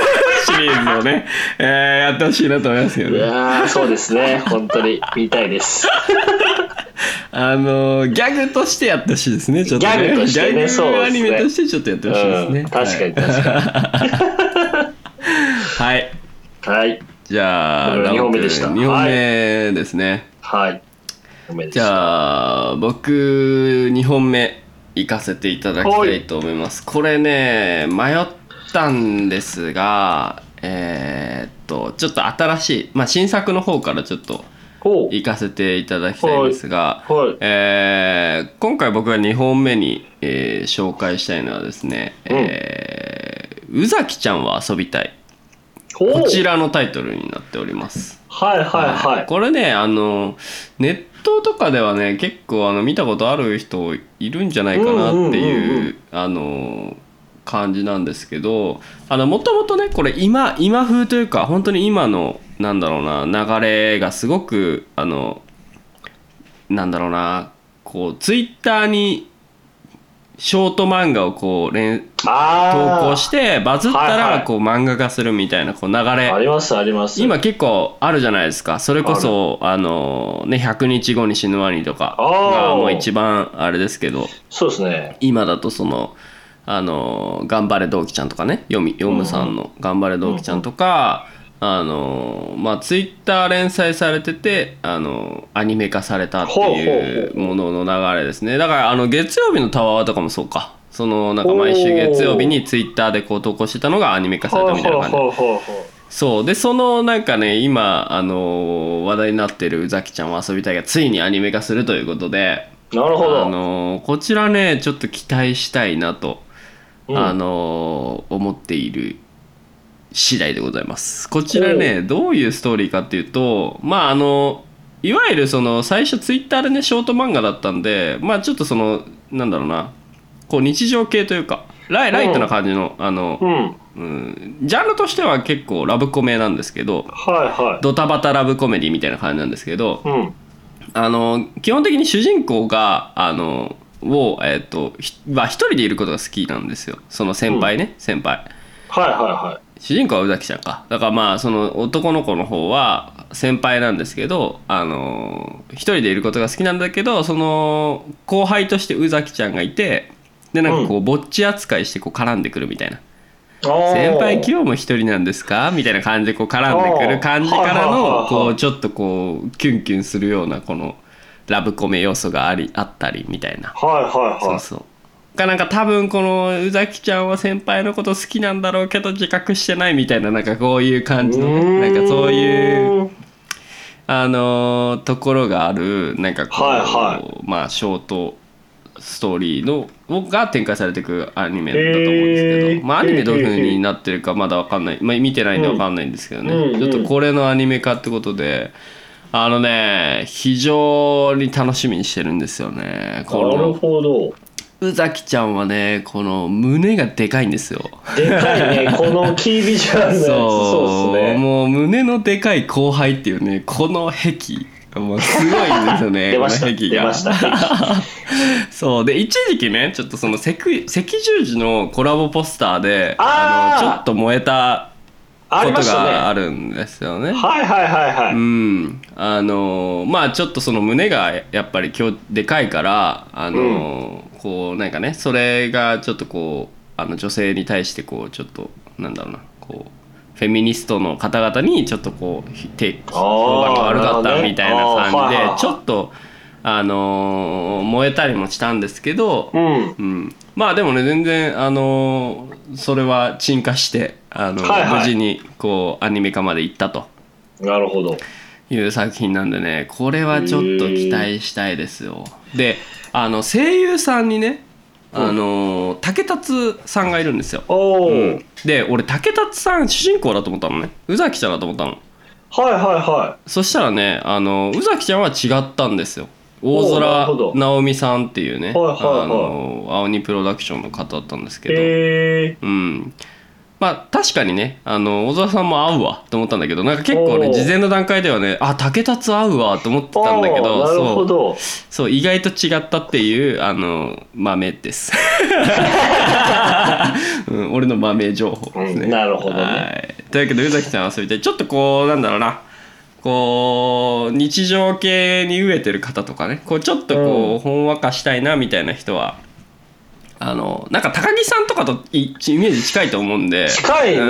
[SPEAKER 1] シリーズをね、えーやってほしいなと思いますよ
[SPEAKER 2] い
[SPEAKER 1] ね
[SPEAKER 2] やーそうですね本当に見たいです
[SPEAKER 1] あのギャグとしてやってほしいですねちょっとね
[SPEAKER 2] ギャグとして
[SPEAKER 1] ギ
[SPEAKER 2] ね
[SPEAKER 1] ャグアニメ
[SPEAKER 2] そう
[SPEAKER 1] と
[SPEAKER 2] で
[SPEAKER 1] してちょっとやってほしいですね、
[SPEAKER 2] うん確かに
[SPEAKER 1] はい、はい
[SPEAKER 2] はい
[SPEAKER 1] じゃあ、
[SPEAKER 2] うん
[SPEAKER 1] ラウンド
[SPEAKER 2] 二本目でした
[SPEAKER 1] 二本目ですね。
[SPEAKER 2] はい。おめでとう
[SPEAKER 1] じゃあ、僕、2本目、行かせていただきたいと思います。これね、迷ったんですが、えーっと、ちょっと新しい、まあ、新作の方からちょっと
[SPEAKER 2] おう
[SPEAKER 1] 行かせていただきたいんですが、
[SPEAKER 2] はい。
[SPEAKER 1] えー今回僕が2本目に、えー紹介したいのはですね、
[SPEAKER 2] うん
[SPEAKER 1] えー宇崎ちゃんは遊びたい。
[SPEAKER 2] おう
[SPEAKER 1] こちらのタイトルになっております。
[SPEAKER 2] はいはいはい。
[SPEAKER 1] これねあのネットとかではね結構あの見たことある人いるんじゃないかなっていう,、
[SPEAKER 2] うんうんうんうん
[SPEAKER 1] あの感じなんですけどあのもともとねこれ今今風というか本当に今のなんだろうな流れがすごくあのなんだろうなこうツイッターにショート漫画をこう連
[SPEAKER 2] あ
[SPEAKER 1] 投
[SPEAKER 2] あ。
[SPEAKER 1] 稿してバズった
[SPEAKER 2] はいは
[SPEAKER 1] ら
[SPEAKER 2] い
[SPEAKER 1] こう漫画化するみたいなこう流れ
[SPEAKER 2] ありますあります。
[SPEAKER 1] 今結構あるじゃないですかそれこそあのね100日後に死ぬワニとかが
[SPEAKER 2] あー
[SPEAKER 1] もう一番あれですけど
[SPEAKER 2] そうですね。
[SPEAKER 1] 今だとそのあの「頑張れ同期ちゃん」とかね読み読むさんの「頑張れ同期ちゃん」とか、あのまあツイッター連載されててあのアニメ化されたってい
[SPEAKER 2] ほうほう
[SPEAKER 1] う
[SPEAKER 2] ほ
[SPEAKER 1] ものの流れですねだからあの月曜日のタワーとかもそうかそのなんか毎週月曜日にツイッターでこう投稿してたのがアニメ化されたみたいな感じで
[SPEAKER 2] ほうほうほうほう
[SPEAKER 1] そうでそのなんかね今あのー話題になってる「宇崎ちゃんは遊びたい」がついにアニメ化するということで
[SPEAKER 2] なる
[SPEAKER 1] あ
[SPEAKER 2] ほど。
[SPEAKER 1] のーこちらねちょっと期待したいなと、
[SPEAKER 2] うん
[SPEAKER 1] あのー思っている次第でございますこちらねどういうストーリーかっていうとまああのいわゆるその最初ツイッターでねショート漫画だったんでまあちょっとそのなんだろうなこう日常系というかライライトな感じの、あの、
[SPEAKER 2] うん。はい
[SPEAKER 1] うんジャンルとしては結構ラブコメなんですけど
[SPEAKER 2] は
[SPEAKER 1] ドタバタラブコメディみたいな感じなんですけど
[SPEAKER 2] い。うん。
[SPEAKER 1] あの基本的に主人公があのを、えっとひまあ、一人でいることが好きなんですよその先輩ね、先輩
[SPEAKER 2] はいは
[SPEAKER 1] 主人公は宇崎ちゃんかだからまあその男の子の方は先輩なんですけどあの一人でいることが好きなんだけどその後輩として宇崎ちゃんがいてでなんかこうぼっち扱いしてこう絡んでくるみたいな
[SPEAKER 2] はいはい。
[SPEAKER 1] 先輩
[SPEAKER 2] き
[SPEAKER 1] 今日も一人なんですかみたいな感じでこう絡んでくる感じから
[SPEAKER 2] あ
[SPEAKER 1] の
[SPEAKER 2] ー
[SPEAKER 1] こうちょっとこうキュンキュンするようなこのラブコメ要素がありあったりみたいな
[SPEAKER 2] はいはい
[SPEAKER 1] そ
[SPEAKER 2] は
[SPEAKER 1] う
[SPEAKER 2] い。
[SPEAKER 1] そうがなんか多分この宇崎ちゃんは先輩のこと好きなんだろうけど自覚してないみたいななんかこういう感じのねなんかそういう
[SPEAKER 2] うーん。
[SPEAKER 1] あのーところがあるなんかこう、
[SPEAKER 2] はいは
[SPEAKER 1] まあショートストーリーのをが展開されていくアニメだと思うんですけど、
[SPEAKER 2] えー
[SPEAKER 1] まあアニメどういう風になってるかまだわかんない、まあ、見てないんでわかんないんですけどね、
[SPEAKER 2] うんうん
[SPEAKER 1] ちょっとこれのアニメ化ってことであのね非常に楽しみにしてるんですよねこ
[SPEAKER 2] なる
[SPEAKER 1] の
[SPEAKER 2] ほど。
[SPEAKER 1] 宇崎ちゃんはねこの胸がでかいんですよ
[SPEAKER 2] でか いね、このキービジュアルのやつ。そうですね。
[SPEAKER 1] もう胸のでかい後輩っていうねこの壁もうすごいんですよね
[SPEAKER 2] 出まし
[SPEAKER 1] こ
[SPEAKER 2] た。
[SPEAKER 1] の壁
[SPEAKER 2] 出ま
[SPEAKER 1] が
[SPEAKER 2] した。は
[SPEAKER 1] そうで一時期ねちょっとその赤赤十字のコラボポスターで
[SPEAKER 2] あー
[SPEAKER 1] のちょっと燃えた
[SPEAKER 2] あ
[SPEAKER 1] こ
[SPEAKER 2] り
[SPEAKER 1] と
[SPEAKER 2] ましたね
[SPEAKER 1] があるんですよね
[SPEAKER 2] いはいはい
[SPEAKER 1] う
[SPEAKER 2] はい。
[SPEAKER 1] んあのーまあちょっとその胸がやっぱり今日でかいからあのーこうなんかねそれがちょっとこうあの女性に対してこうちょっとなんだろうなこうフェミニストの方々にちょっとこうひて
[SPEAKER 2] あー
[SPEAKER 1] 評判が悪かっ
[SPEAKER 2] なるほ
[SPEAKER 1] た
[SPEAKER 2] どね
[SPEAKER 1] みたいな
[SPEAKER 2] あー
[SPEAKER 1] 感じ
[SPEAKER 2] はいはい
[SPEAKER 1] で
[SPEAKER 2] はい
[SPEAKER 1] ちょっとあのー燃えたりもしたんですけど、
[SPEAKER 2] うん。
[SPEAKER 1] うん、まあでもね全然あのーそれは鎮火してあの、
[SPEAKER 2] はいはい
[SPEAKER 1] 無事にこうアニメ化まで行ったと。
[SPEAKER 2] なるほど。
[SPEAKER 1] いう作品なんでねこれはちょっと期待したいですよであの声優さんにねあの竹達さんがいるんですよ、
[SPEAKER 2] おお。は
[SPEAKER 1] う
[SPEAKER 2] い
[SPEAKER 1] んで俺竹達さん主人公だと思ったのね宇崎ちゃんだと思ったの
[SPEAKER 2] はいは
[SPEAKER 1] そしたらねあの宇崎ちゃんは違ったんですよ大
[SPEAKER 2] おうなるほ
[SPEAKER 1] 空
[SPEAKER 2] ど
[SPEAKER 1] 直美さんっていうね、
[SPEAKER 2] はいはいはい
[SPEAKER 1] あの青鬼プロダクションの方だったんです
[SPEAKER 2] い。
[SPEAKER 1] けど、
[SPEAKER 2] へえ。
[SPEAKER 1] うんまあ確かにねあの小沢さんも合うわと思ったんだけどなんか結構
[SPEAKER 2] お
[SPEAKER 1] ね
[SPEAKER 2] ー
[SPEAKER 1] 事前の段階ではねあ竹達合うわと思ってたんだけど
[SPEAKER 2] あーなるほ
[SPEAKER 1] そう
[SPEAKER 2] ど。
[SPEAKER 1] そう意外と違ったっていうあの豆ですうん、俺の豆情報ですね、
[SPEAKER 2] うんなるほどね
[SPEAKER 1] はいというわけで宇崎さんは遊びたいちょっとこうなんだろうなこう日常系に飢えてる方とかねこうちょっとこう、
[SPEAKER 2] うん
[SPEAKER 1] ほんわかしたいなみたいな人はあのなんか高木さんとかといイメージ近いと思うんで
[SPEAKER 2] 近いね、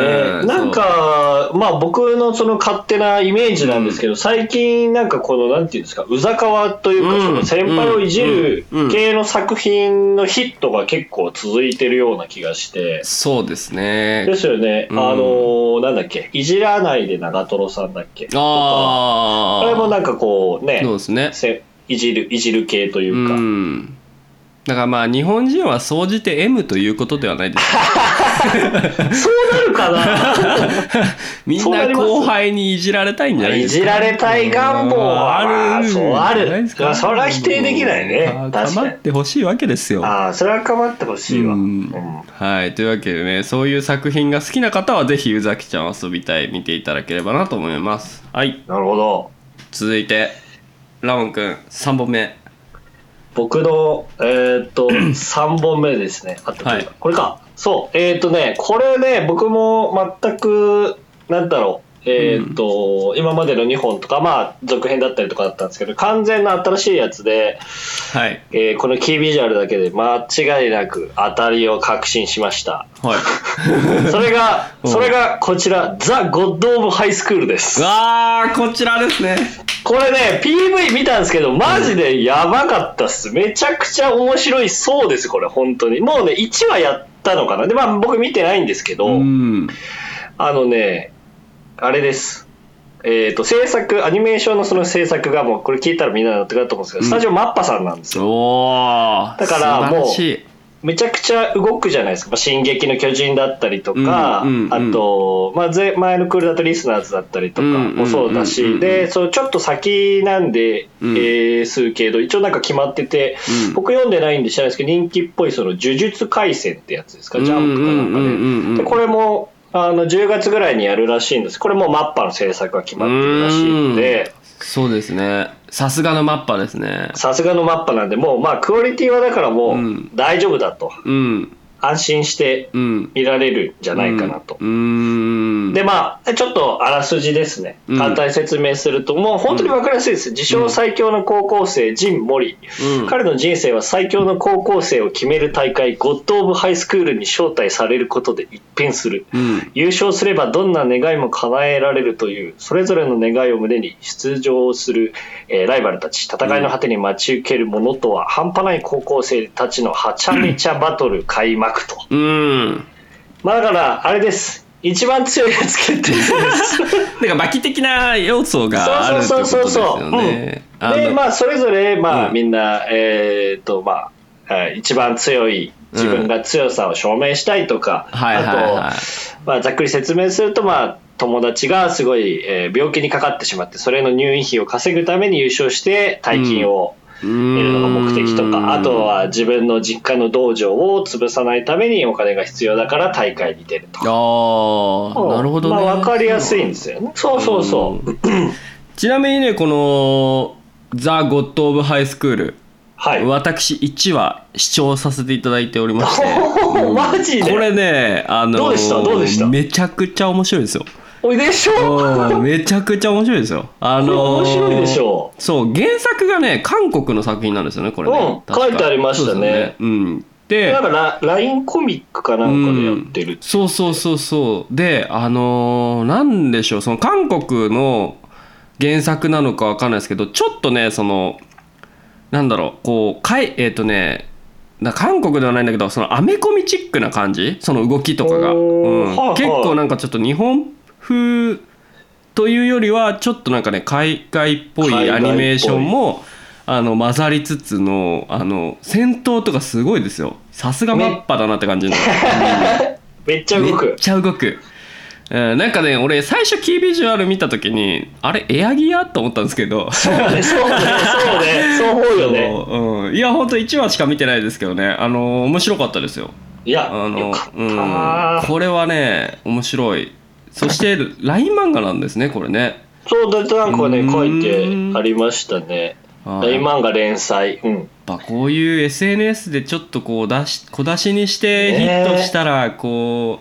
[SPEAKER 1] う
[SPEAKER 2] なんかまあ僕のその勝手なイメージなんですけど、最近なんかこのなんていうんですかうざかわという
[SPEAKER 1] う
[SPEAKER 2] か、
[SPEAKER 1] ん
[SPEAKER 2] その先輩をいじる
[SPEAKER 1] うんうん
[SPEAKER 2] 系の作品のヒットが結構続いてるような気がして、
[SPEAKER 1] そうそうですね
[SPEAKER 2] ですよね、
[SPEAKER 1] うん
[SPEAKER 2] あのーなんだっけいじらないで長瀞さんだっけ
[SPEAKER 1] ああ
[SPEAKER 2] これもなんかこうね
[SPEAKER 1] そうですね
[SPEAKER 2] せいじるいじる系というか、
[SPEAKER 1] うんだからまあ日本人は総じて M ということではないです
[SPEAKER 2] そうなる かな
[SPEAKER 1] みん
[SPEAKER 2] そうな
[SPEAKER 1] な
[SPEAKER 2] ります
[SPEAKER 1] 後輩にいじられたいんじゃない
[SPEAKER 2] い
[SPEAKER 1] ですか
[SPEAKER 2] じられたい願望は
[SPEAKER 1] うん
[SPEAKER 2] まあそうある
[SPEAKER 1] じゃないですか
[SPEAKER 2] まあそれは否定できないね
[SPEAKER 1] うん
[SPEAKER 2] 確かに
[SPEAKER 1] 構ってほしいわけですよ
[SPEAKER 2] ああそれは構ってほしいわ、
[SPEAKER 1] う
[SPEAKER 2] うん
[SPEAKER 1] んはいというわけでねそういう作品が好きな方はぜひ宇崎ちゃん遊びたい見ていただければなと思いますはい
[SPEAKER 2] なるほど
[SPEAKER 1] 続いてラモンくん3本目
[SPEAKER 2] 僕の、えーっ と、3本目ですね。あったというか
[SPEAKER 1] はい
[SPEAKER 2] これか。そう。えーっとね、これね、僕も全く、なんだろう。えーっと、今までの2本とか、まあ、続編だったりとかだったんですけど、完全な新しいやつで、
[SPEAKER 1] はい
[SPEAKER 2] えーこのキービジュアルだけで間違いなく当たりを確信し ました。
[SPEAKER 1] はい
[SPEAKER 2] それが、
[SPEAKER 1] うん
[SPEAKER 2] それがこちら、ザ・ゴッド・オブ・ハイスクールです。
[SPEAKER 1] わあこちらですね
[SPEAKER 2] これね、PV 見たんですけど、マジでやばかったっす。めちゃくちゃ面白いそうです、これ、本当に。もうね、1話やったのかな。で、まあ僕見てないんですけど、
[SPEAKER 1] うん
[SPEAKER 2] あのね、あれです。えっ、と、制作、アニメーションのその制作が、もうこれ聞いたらみんな納得だと思うんですけど、
[SPEAKER 1] うん
[SPEAKER 2] スタジオマッパさんなんですよ。
[SPEAKER 1] おー
[SPEAKER 2] だからもう
[SPEAKER 1] 素晴らしい
[SPEAKER 2] めちゃくちゃ動くじゃないですか。まあ、進撃の巨人だったりとか、
[SPEAKER 1] うんうんうん
[SPEAKER 2] あと、まあ、ぜ前のクールだとリスナーズだったりとかもそうだ
[SPEAKER 1] う
[SPEAKER 2] し、
[SPEAKER 1] んうんうんうん
[SPEAKER 2] で、そのちょっと先なんで、
[SPEAKER 1] うん
[SPEAKER 2] えーするけど、一応なんか決まってて、
[SPEAKER 1] うん
[SPEAKER 2] 僕読んでないんで知らないですけど、人気っぽいその呪術廻戦ってやつですか、ジャンプかなんか
[SPEAKER 1] う
[SPEAKER 2] で。
[SPEAKER 1] んうんうんうん
[SPEAKER 2] でこれもあの10月ぐらいにやるらしいんです。これもマッパの制作が決まってるらしいので、
[SPEAKER 1] そうですねさすがのマッパですね
[SPEAKER 2] さすがのマッパなんで、もうまあクオリティはだからも
[SPEAKER 1] うん
[SPEAKER 2] う大丈夫だと。
[SPEAKER 1] うん
[SPEAKER 2] 安心して
[SPEAKER 1] うん
[SPEAKER 2] 見られるんじゃないかなと。
[SPEAKER 1] うーん
[SPEAKER 2] でまあ、ちょっとあらすじですね、
[SPEAKER 1] うん
[SPEAKER 2] 簡単に説明すると、もう本当に分かりやすいです、自称最強の高校生、ジン・モリ、
[SPEAKER 1] うん
[SPEAKER 2] 彼の人生は最強の高校生を決める大会、ゴッド・オブ・ハイスクールに招待されることで一変する、
[SPEAKER 1] うん
[SPEAKER 2] 優勝すればどんな願いも叶えられるという、それぞれの願いを胸に出場する、えーライバルたち、戦いの果てに待ち受けるものとは、半端ない高校生たちのはちゃめちゃバトル開幕と。
[SPEAKER 1] うん
[SPEAKER 2] まあだから、あれです。一番強いやつ決定戦です。
[SPEAKER 1] なんかバキ的な要素があるってことです
[SPEAKER 2] そうそうそ
[SPEAKER 1] よ
[SPEAKER 2] うそううん
[SPEAKER 1] ね。 あ
[SPEAKER 2] で、
[SPEAKER 1] の
[SPEAKER 2] まあ、それぞれ、まあ、
[SPEAKER 1] うん
[SPEAKER 2] みんな、えーっと、まあ、えー一番強い、自分が強さを証明したいとか、
[SPEAKER 1] はいはいは
[SPEAKER 2] あと、まあ、ざっくり説明すると、まあ、友達がすごい、えー病気にかかってしまって、それの入院費を稼ぐために優勝して、大金を
[SPEAKER 1] い。
[SPEAKER 2] 得
[SPEAKER 1] 見
[SPEAKER 2] るのが目的とか、あとは自分の実家の道場を潰さないためにお金が必要だから大会に出ると
[SPEAKER 1] あ。ーなるほどね。
[SPEAKER 2] まあ、わかりやすいんですよね。そうそうそう。
[SPEAKER 1] うん。ちなみにねこの「ザ・ゴッド・オブ・ハイスクール」
[SPEAKER 2] はい。
[SPEAKER 1] 私1話視聴させていただいておりま して
[SPEAKER 2] おーマジで
[SPEAKER 1] これねあの
[SPEAKER 2] どうでしたどうでした
[SPEAKER 1] めちゃくちゃ面白いですよ
[SPEAKER 2] おいでしょ
[SPEAKER 1] うんめちゃくちゃ面白いですよ。あのー
[SPEAKER 2] これ面白いでしょ
[SPEAKER 1] そう原作がね韓国の作品なんですよねこれね。
[SPEAKER 2] うん
[SPEAKER 1] 確か
[SPEAKER 2] 書いてありましたね
[SPEAKER 1] そうですようん、で
[SPEAKER 2] なんかラ LINE コミックかなんかでやって
[SPEAKER 1] う
[SPEAKER 2] る
[SPEAKER 1] ん、そうそうそうそうであのーなんでしょうその韓国の原作なのかわかんないですけどちょっとねそのなんだろうこうかいえっ、とねな韓国ではないんだけどそのアメコミチックな感じその動きとかが、
[SPEAKER 2] おー
[SPEAKER 1] うん
[SPEAKER 2] はいはい
[SPEAKER 1] 結構なんかちょっと日本風というよりはちょっとなんかね海外っぽい
[SPEAKER 2] 海外っぽい
[SPEAKER 1] アニメーションもあの混ざりつつのあの戦闘とかすごいですよさすがマッパだなって感じの。
[SPEAKER 2] めっちゃ動
[SPEAKER 1] めっ
[SPEAKER 2] く
[SPEAKER 1] ちゃ動く、うん、なんかね俺最初キービジュアル見た時にあれエアギアと思ったんですけど
[SPEAKER 2] そうねそうねそう ねそう思うよね
[SPEAKER 1] うん、いやほんと1話しか見てないですけどねあの面白かったですよ
[SPEAKER 2] いや
[SPEAKER 1] あの
[SPEAKER 2] よかった
[SPEAKER 1] うん、これはね面白いそしてライン漫画なんですねこれね
[SPEAKER 2] そうだってなんか
[SPEAKER 1] う
[SPEAKER 2] ね
[SPEAKER 1] ーん
[SPEAKER 2] 書いてありましたね
[SPEAKER 1] あー
[SPEAKER 2] 大漫画連載うん
[SPEAKER 1] やっぱこういう SNS でちょっとこう出し小出しにしてヒットしたらこ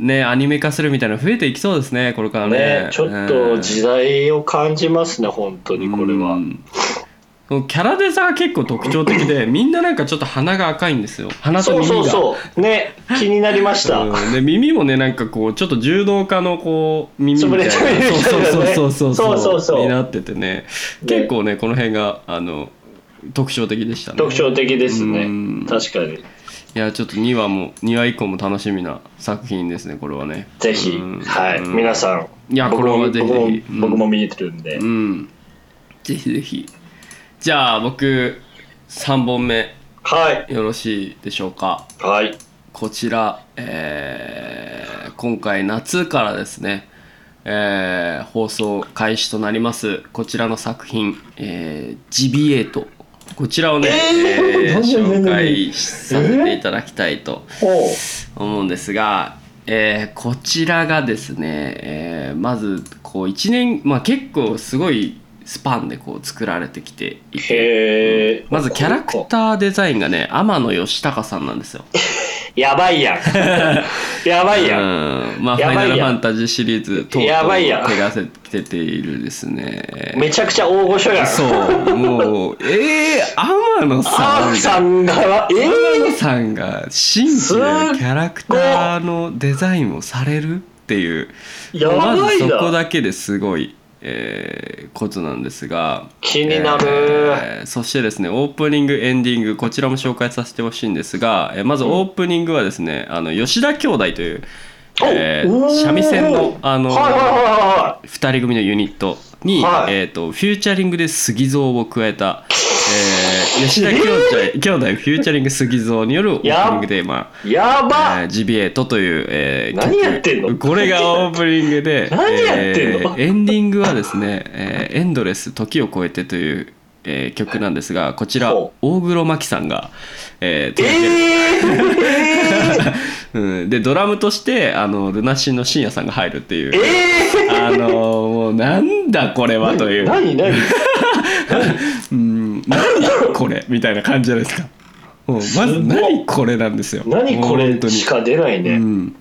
[SPEAKER 1] うねアニメ化するみたいなの増えていきそうですねこれからね
[SPEAKER 2] ねちょっと
[SPEAKER 1] うん
[SPEAKER 2] 時代を感じますね本当にこれは
[SPEAKER 1] うんキャラデザが結構特徴的 でみんななんかちょっと鼻が赤いんですよ鼻と
[SPEAKER 2] そう
[SPEAKER 1] 耳が
[SPEAKER 2] そうそう。ね、気になりました。
[SPEAKER 1] うんで耳もねなんかこうちょっと柔道家のこう耳みたいな
[SPEAKER 2] 潰れてるみたいなね
[SPEAKER 1] そうそうそうそう
[SPEAKER 2] そうそうそう
[SPEAKER 1] になっててね結構ねこの辺があの特徴的でしたね
[SPEAKER 2] 特徴的です
[SPEAKER 1] うん
[SPEAKER 2] ね。確かに。
[SPEAKER 1] いやちょっと2話も2話以降も楽しみな作品ですねこれはね
[SPEAKER 2] ぜひ、
[SPEAKER 1] うん
[SPEAKER 2] はい、
[SPEAKER 1] うん
[SPEAKER 2] 皆さん。
[SPEAKER 1] いや
[SPEAKER 2] 僕
[SPEAKER 1] これ
[SPEAKER 2] も
[SPEAKER 1] はぜひ
[SPEAKER 2] 僕も
[SPEAKER 1] うん
[SPEAKER 2] 僕も見えてるんで
[SPEAKER 1] う。んぜひぜひじゃあ僕3本目
[SPEAKER 2] はい。
[SPEAKER 1] よろしいでしょうか
[SPEAKER 2] はい。
[SPEAKER 1] こちら、えー今回夏からですね、えー放送開始となりますこちらの作品「えージビエート」こちらをね、えー
[SPEAKER 2] なんでなん
[SPEAKER 1] 紹
[SPEAKER 2] で
[SPEAKER 1] 介させていただきたいと
[SPEAKER 2] おう
[SPEAKER 1] 思うんですが、えーこちらがですね、えーまずこう1年、まあ、結構すごいスパンでこう作られてきていて。
[SPEAKER 2] へえ。
[SPEAKER 1] まずキャラクターデザインがね天野義孝さんなんですよ。
[SPEAKER 2] やばいや ん。やばいやん。
[SPEAKER 1] うんまあ、フ
[SPEAKER 2] や
[SPEAKER 1] ァイ
[SPEAKER 2] ば
[SPEAKER 1] ナ
[SPEAKER 2] いやん
[SPEAKER 1] ルファンタジーシリーズ等
[SPEAKER 2] や
[SPEAKER 1] 々
[SPEAKER 2] ばい
[SPEAKER 1] 手
[SPEAKER 2] やん
[SPEAKER 1] がせてているですね。
[SPEAKER 2] めちゃくちゃ大御所やん。
[SPEAKER 1] そう、もう、えー、天野さ
[SPEAKER 2] ア
[SPEAKER 1] ん
[SPEAKER 2] ー
[SPEAKER 1] が、
[SPEAKER 2] さんが、え
[SPEAKER 1] 天
[SPEAKER 2] え
[SPEAKER 1] 野さんが新規でキャラクターのデザインをされるっていう、
[SPEAKER 2] やば
[SPEAKER 1] まず
[SPEAKER 2] い
[SPEAKER 1] そこ
[SPEAKER 2] な。
[SPEAKER 1] だけですごい、えーことなんですが。
[SPEAKER 2] 気になる。
[SPEAKER 1] えーそしてですねオープニングエンディングこちらも紹介させてほしいんですが、えーまずオープニングはですねあの吉田兄弟という、
[SPEAKER 2] お
[SPEAKER 1] えー
[SPEAKER 2] おー
[SPEAKER 1] 三味線のあの、
[SPEAKER 2] はいはいはいは
[SPEAKER 1] 2人組のユニットに、
[SPEAKER 2] はい
[SPEAKER 1] えー、とフューチャリングで杉蔵を加えた、えー吉田兄弟兄弟フューチャリング杉蔵によるオープニングテーマ
[SPEAKER 2] い。や
[SPEAKER 1] え
[SPEAKER 2] ば
[SPEAKER 1] ージビエートという、えー
[SPEAKER 2] 何やってんの
[SPEAKER 1] 曲これがオープニングで
[SPEAKER 2] 何やってんの
[SPEAKER 1] えーエンディングはですね「えーエンドレス時を超えて」という、えー曲なんですがこちら
[SPEAKER 2] ほ
[SPEAKER 1] 大黒摩季さんが、えー手
[SPEAKER 2] え
[SPEAKER 1] 掛ける
[SPEAKER 2] えー
[SPEAKER 1] うん、でドラムとしてあのルナシーの深夜さんが入るっていう、
[SPEAKER 2] え
[SPEAKER 1] あのーもうなんだこれはとい
[SPEAKER 2] え
[SPEAKER 1] う
[SPEAKER 2] 何何
[SPEAKER 1] うん何これみたいな感じじゃないですかもうます
[SPEAKER 2] ご
[SPEAKER 1] ず
[SPEAKER 2] い
[SPEAKER 1] 何これなんですよ
[SPEAKER 2] 何こ
[SPEAKER 1] 本当
[SPEAKER 2] れ
[SPEAKER 1] に
[SPEAKER 2] しか出ないね。
[SPEAKER 1] うん、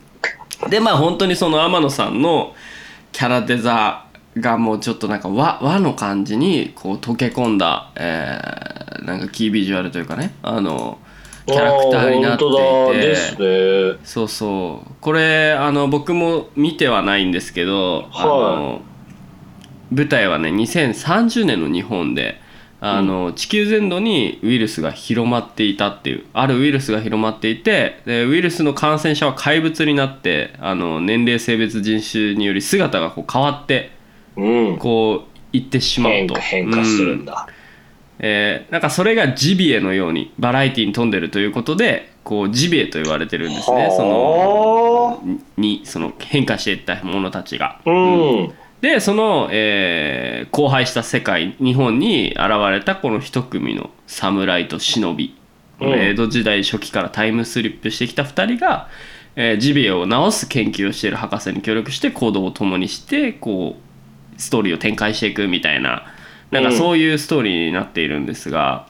[SPEAKER 1] でまあ本当にその天野さんのキャラデザがもうちょっとなんか和和の感じにこう溶け込んだ、えーなんかキービジュアルというかねあのキャラクターになってい
[SPEAKER 2] あー本当だ
[SPEAKER 1] て
[SPEAKER 2] ですね。
[SPEAKER 1] そうそうこれあの僕も見てはないんですけど、あの舞台はね2030年の日本であの、地球全土にウイルスが広まっていたっていうあるウイルスが広まっていてでウイルスの感染者は怪物になってあの年齢性別人種により姿がこう変わって
[SPEAKER 2] うん。
[SPEAKER 1] こういってしまう
[SPEAKER 2] 変
[SPEAKER 1] と
[SPEAKER 2] 化変化する
[SPEAKER 1] うん
[SPEAKER 2] んだ。
[SPEAKER 1] えーなんかそれがジビエのようにバラエティに富んでるということでこうジビエと言われてるんですねそ
[SPEAKER 2] は
[SPEAKER 1] のにその変化していったものたちが。
[SPEAKER 2] うん。
[SPEAKER 1] でその、えー荒廃した世界日本に現れたこの一組の侍と忍び、
[SPEAKER 2] うん
[SPEAKER 1] 江戸時代初期からタイムスリップしてきた2人が、えージビエを治す研究をしている博士に協力して行動を共にしてこうストーリーを展開していくみたいななんか
[SPEAKER 2] うん
[SPEAKER 1] そういうストーリーになっているんですが、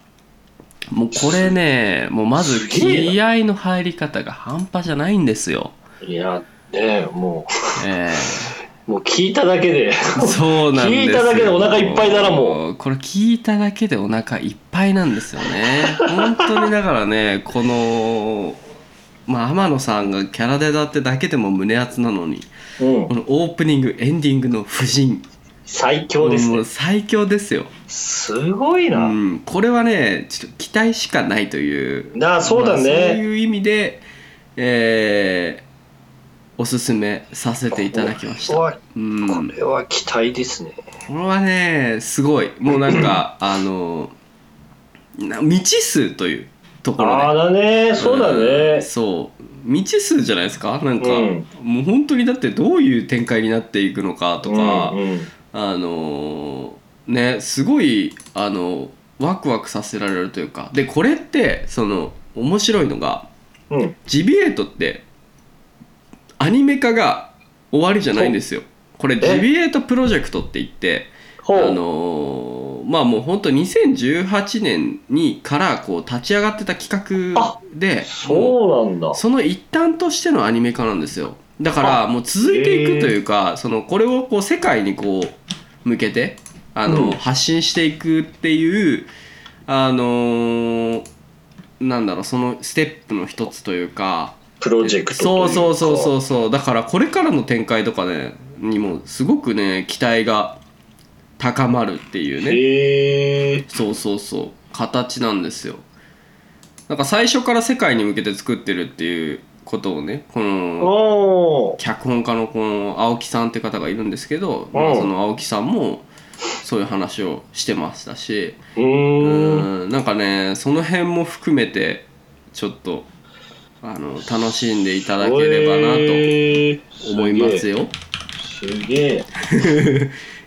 [SPEAKER 1] もうこれねもうまず
[SPEAKER 2] すげえな
[SPEAKER 1] 気合の入り方が半端じゃないんですよ。
[SPEAKER 2] いや、ねも
[SPEAKER 1] えー
[SPEAKER 2] う、もう聞いただけ で。
[SPEAKER 1] そうなんですよ
[SPEAKER 2] 聞いただけでお腹いっぱいならも
[SPEAKER 1] うこれ聞いただけでお腹いっぱいなんですよね 本当にだからねこのまあ天野さんがキャラデザってだけでも胸熱なのに
[SPEAKER 2] うん
[SPEAKER 1] こ。のオープニングエンディングの夫人
[SPEAKER 2] 最強です
[SPEAKER 1] も
[SPEAKER 2] ね
[SPEAKER 1] う。最強ですよ、
[SPEAKER 2] すごいうな。
[SPEAKER 1] ん、これはねちょっと期待しかないという
[SPEAKER 2] なあそうだね
[SPEAKER 1] まあそういう意味でえーおすすめさせていただきました。
[SPEAKER 2] これは
[SPEAKER 1] うん
[SPEAKER 2] これは期待ですね。
[SPEAKER 1] これはねすごいもうなん かあのな未知数というところで
[SPEAKER 2] ああだね、そうだ
[SPEAKER 1] ん
[SPEAKER 2] ね。
[SPEAKER 1] そう未知数じゃないですかなんか、
[SPEAKER 2] うん
[SPEAKER 1] もう本当にだってどういう展開になっていくのかとか、
[SPEAKER 2] うんうん
[SPEAKER 1] あのねすごいあのワクワクさせられるというかでこれってその面白いのが
[SPEAKER 2] うん、
[SPEAKER 1] ジビエートってアニメ化が終わりじゃないんですよこれ
[SPEAKER 2] え
[SPEAKER 1] ジビエートプロジェクトって言って
[SPEAKER 2] ほう
[SPEAKER 1] あのーまあもう本当2018年にからこう立ち上がってた企画でも
[SPEAKER 2] そうなんだ
[SPEAKER 1] うその一端としてのアニメ化なんですよだからもう続いていくというか、そのこれをこう世界にこう向けてあの、
[SPEAKER 2] うん
[SPEAKER 1] 発信していくっていうあのーなんだろうそのステップの一つというか
[SPEAKER 2] プロジェクトという
[SPEAKER 1] そう
[SPEAKER 2] か
[SPEAKER 1] そうそうそうそうだからこれからの展開とかねにもすごくね期待が高まるっていうね
[SPEAKER 2] へえ
[SPEAKER 1] そうそうそう形なんですよなんか最初から世界に向けて作ってるっていうことをねこの
[SPEAKER 2] おー
[SPEAKER 1] 脚本家のこの青木さんって方がいるんですけど、ま
[SPEAKER 2] う
[SPEAKER 1] あ、
[SPEAKER 2] ん
[SPEAKER 1] その青木さんもそういう話をしてましたし
[SPEAKER 2] う
[SPEAKER 1] う
[SPEAKER 2] ー
[SPEAKER 1] ん
[SPEAKER 2] ん
[SPEAKER 1] なんかねその辺も含めてちょっとあの楽しんでいただければな
[SPEAKER 2] へー
[SPEAKER 1] と思いますよ。い
[SPEAKER 2] すげえ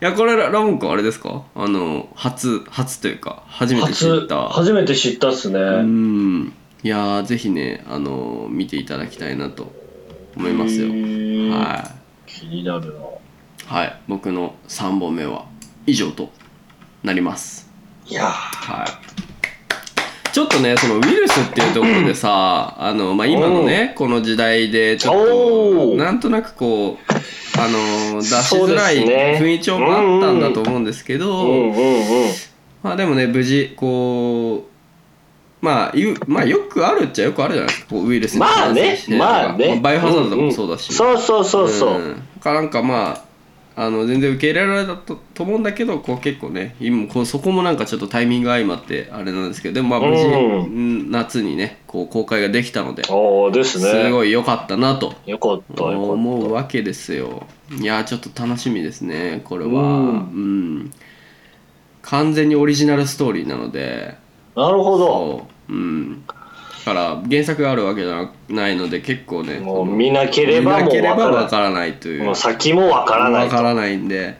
[SPEAKER 1] やこれララモン君あれですかあの初初というか初めて知
[SPEAKER 2] 初
[SPEAKER 1] った
[SPEAKER 2] 初めて知ったっすね、
[SPEAKER 1] うんいやーぜひねあの見ていただきたいなと思いますよ。
[SPEAKER 2] は、
[SPEAKER 1] はい
[SPEAKER 2] 気になるな。
[SPEAKER 1] い、はい、僕の3本目は以上となります。
[SPEAKER 2] いや
[SPEAKER 1] はい、ちょっとねそのウイルスっていうところで さあの、まあ、今のねこの時代でちょっ
[SPEAKER 2] お
[SPEAKER 1] と
[SPEAKER 2] う
[SPEAKER 1] なんとなくこうあの出し
[SPEAKER 2] そう
[SPEAKER 1] づ
[SPEAKER 2] で
[SPEAKER 1] らい
[SPEAKER 2] すね
[SPEAKER 1] 雰囲気もあったんだと思うんですけ
[SPEAKER 2] ー
[SPEAKER 1] ど、
[SPEAKER 2] うんうんうん。
[SPEAKER 1] まあでもね無事こうまあ、ゆまあよくあるっちゃよくあるじゃないですかこうウイルスに
[SPEAKER 2] まあ
[SPEAKER 1] 感染
[SPEAKER 2] ね
[SPEAKER 1] し、てとか
[SPEAKER 2] まあね。
[SPEAKER 1] バイオハザードとかもそうだ
[SPEAKER 2] ん
[SPEAKER 1] し、
[SPEAKER 2] んそうそうそうそうう。
[SPEAKER 1] んかなんかまああの全然受け入れられたとと思うんだけどこう結構ね今こうそこもなんかちょっとタイミングが相まってあれなんですけどでもまあ無事、
[SPEAKER 2] うん
[SPEAKER 1] うん夏にねこう公開ができたので
[SPEAKER 2] おおですね。
[SPEAKER 1] すごい良かったなと
[SPEAKER 2] よかったよかっ
[SPEAKER 1] 思うわけですよいやーちょっと楽しみですねこれはう、
[SPEAKER 2] うん
[SPEAKER 1] 完全にオリジナルストーリーなので
[SPEAKER 2] た。なるほど。
[SPEAKER 1] そううんだから原作があるわけじゃなないので結構ね
[SPEAKER 2] も
[SPEAKER 1] そ
[SPEAKER 2] う
[SPEAKER 1] の
[SPEAKER 2] 見なければ
[SPEAKER 1] 見な
[SPEAKER 2] もう
[SPEAKER 1] け
[SPEAKER 2] 分
[SPEAKER 1] れ
[SPEAKER 2] か
[SPEAKER 1] ば
[SPEAKER 2] ら
[SPEAKER 1] わ
[SPEAKER 2] な
[SPEAKER 1] からないとい
[SPEAKER 2] い。
[SPEAKER 1] う
[SPEAKER 2] もう先もわからない
[SPEAKER 1] わか
[SPEAKER 2] と。
[SPEAKER 1] らないんで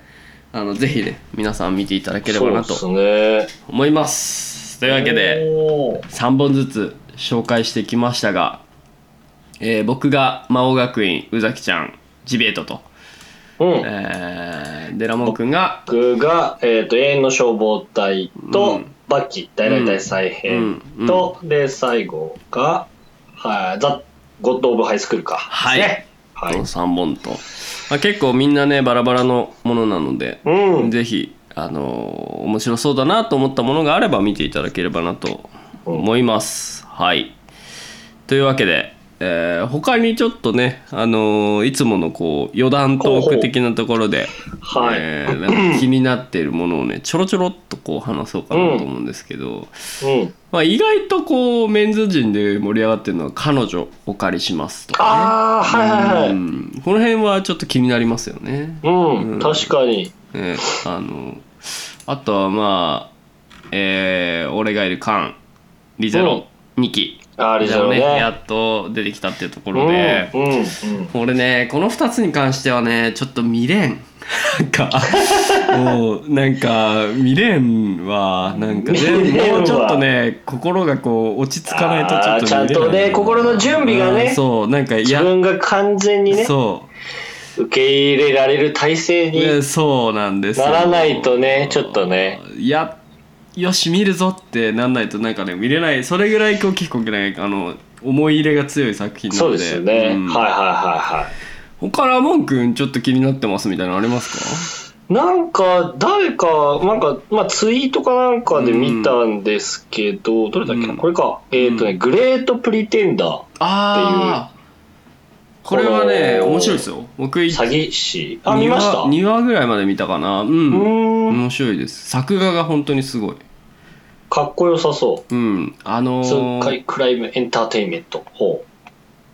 [SPEAKER 1] あのぜひね皆さん見ていただければなと
[SPEAKER 2] そうですね。
[SPEAKER 1] 思いますというわけで
[SPEAKER 2] おー
[SPEAKER 1] 3本ずつ紹介してきましたが、えー僕が魔王学院宇崎ちゃんジベートと、
[SPEAKER 2] うん。
[SPEAKER 1] えー、でラモン君が
[SPEAKER 2] 僕が、えっ、と、永遠の消防隊と、
[SPEAKER 1] うん
[SPEAKER 2] バッキー、大々大再編と、で、最後が、はい、ザ・ゴッド・オブ・ハイスクールか。
[SPEAKER 1] はい
[SPEAKER 2] ですねは
[SPEAKER 1] こ
[SPEAKER 2] い
[SPEAKER 1] の。3本と、まあ、結構みんなねバラバラのものなので、
[SPEAKER 2] うん。
[SPEAKER 1] ぜひあのー面白そうだなと思ったものがあれば見ていただければなと思います。はいというわけで、えー他にちょっとね、あのーいつものこう余談トーク的なところで、
[SPEAKER 2] はい
[SPEAKER 1] えーなんか気になっているものをねちょろちょろっとこう話そうかなと思うんですけど、
[SPEAKER 2] うん。
[SPEAKER 1] まあ、意外とこうメンズ陣で盛り上がってるのは「彼女お借りします」とかね。
[SPEAKER 2] ああ、はいはいうはい。
[SPEAKER 1] んこの辺はちょっと気になりますよね。
[SPEAKER 2] うん、
[SPEAKER 1] うん
[SPEAKER 2] 確かに。
[SPEAKER 1] ね、あのあとはまあえー俺がいるカンリゼロ2期
[SPEAKER 2] あれ
[SPEAKER 1] リ
[SPEAKER 2] じ
[SPEAKER 1] ゼ
[SPEAKER 2] ゃ
[SPEAKER 1] ロ
[SPEAKER 2] ね。
[SPEAKER 1] ねやっと出てきたっていうとこ
[SPEAKER 2] うん、
[SPEAKER 1] ろ
[SPEAKER 2] うん、
[SPEAKER 1] で、
[SPEAKER 2] うん。
[SPEAKER 1] 俺ねこの2つに関してはねちょっと未練なんかもうなんか未練はなんか全
[SPEAKER 2] 未練
[SPEAKER 1] 部
[SPEAKER 2] は
[SPEAKER 1] もうちょっとね心がこう落ち着かないとちょっと
[SPEAKER 2] あーちゃんとね
[SPEAKER 1] 見れない
[SPEAKER 2] 心の準備がね
[SPEAKER 1] うんそうなんかい
[SPEAKER 2] 自
[SPEAKER 1] や
[SPEAKER 2] 分が完全にね、
[SPEAKER 1] そう
[SPEAKER 2] 受け入れられる体制に
[SPEAKER 1] ね、そうなんですよ
[SPEAKER 2] ならないとねちょっとね
[SPEAKER 1] いやよし見るぞってなんないとなんかね見れないそれぐらいこう結構ねあの思い入れが強い作品な
[SPEAKER 2] そ
[SPEAKER 1] ので
[SPEAKER 2] うですよね。
[SPEAKER 1] うん
[SPEAKER 2] はいはいはいはい。
[SPEAKER 1] 他ラモン君ちょっと気になってますみたいなのあります
[SPEAKER 2] なんか、誰か、なんか、まあ、ツイートかなんかで見たんですけど、どれだっけな、
[SPEAKER 1] うん
[SPEAKER 2] これか。えっ、とね、グレートプリテンダ
[SPEAKER 1] かああこれはね
[SPEAKER 2] この
[SPEAKER 1] 面白いですよ僕
[SPEAKER 2] ー、詐欺師。あ、見ました。
[SPEAKER 1] 2話ぐらいまで見たかなう
[SPEAKER 2] うんーん、
[SPEAKER 1] 面白いです作画が本当にすごい
[SPEAKER 2] かっこよさそう。
[SPEAKER 1] うんあのー
[SPEAKER 2] 痛快クライムエンターテインメント。ほう。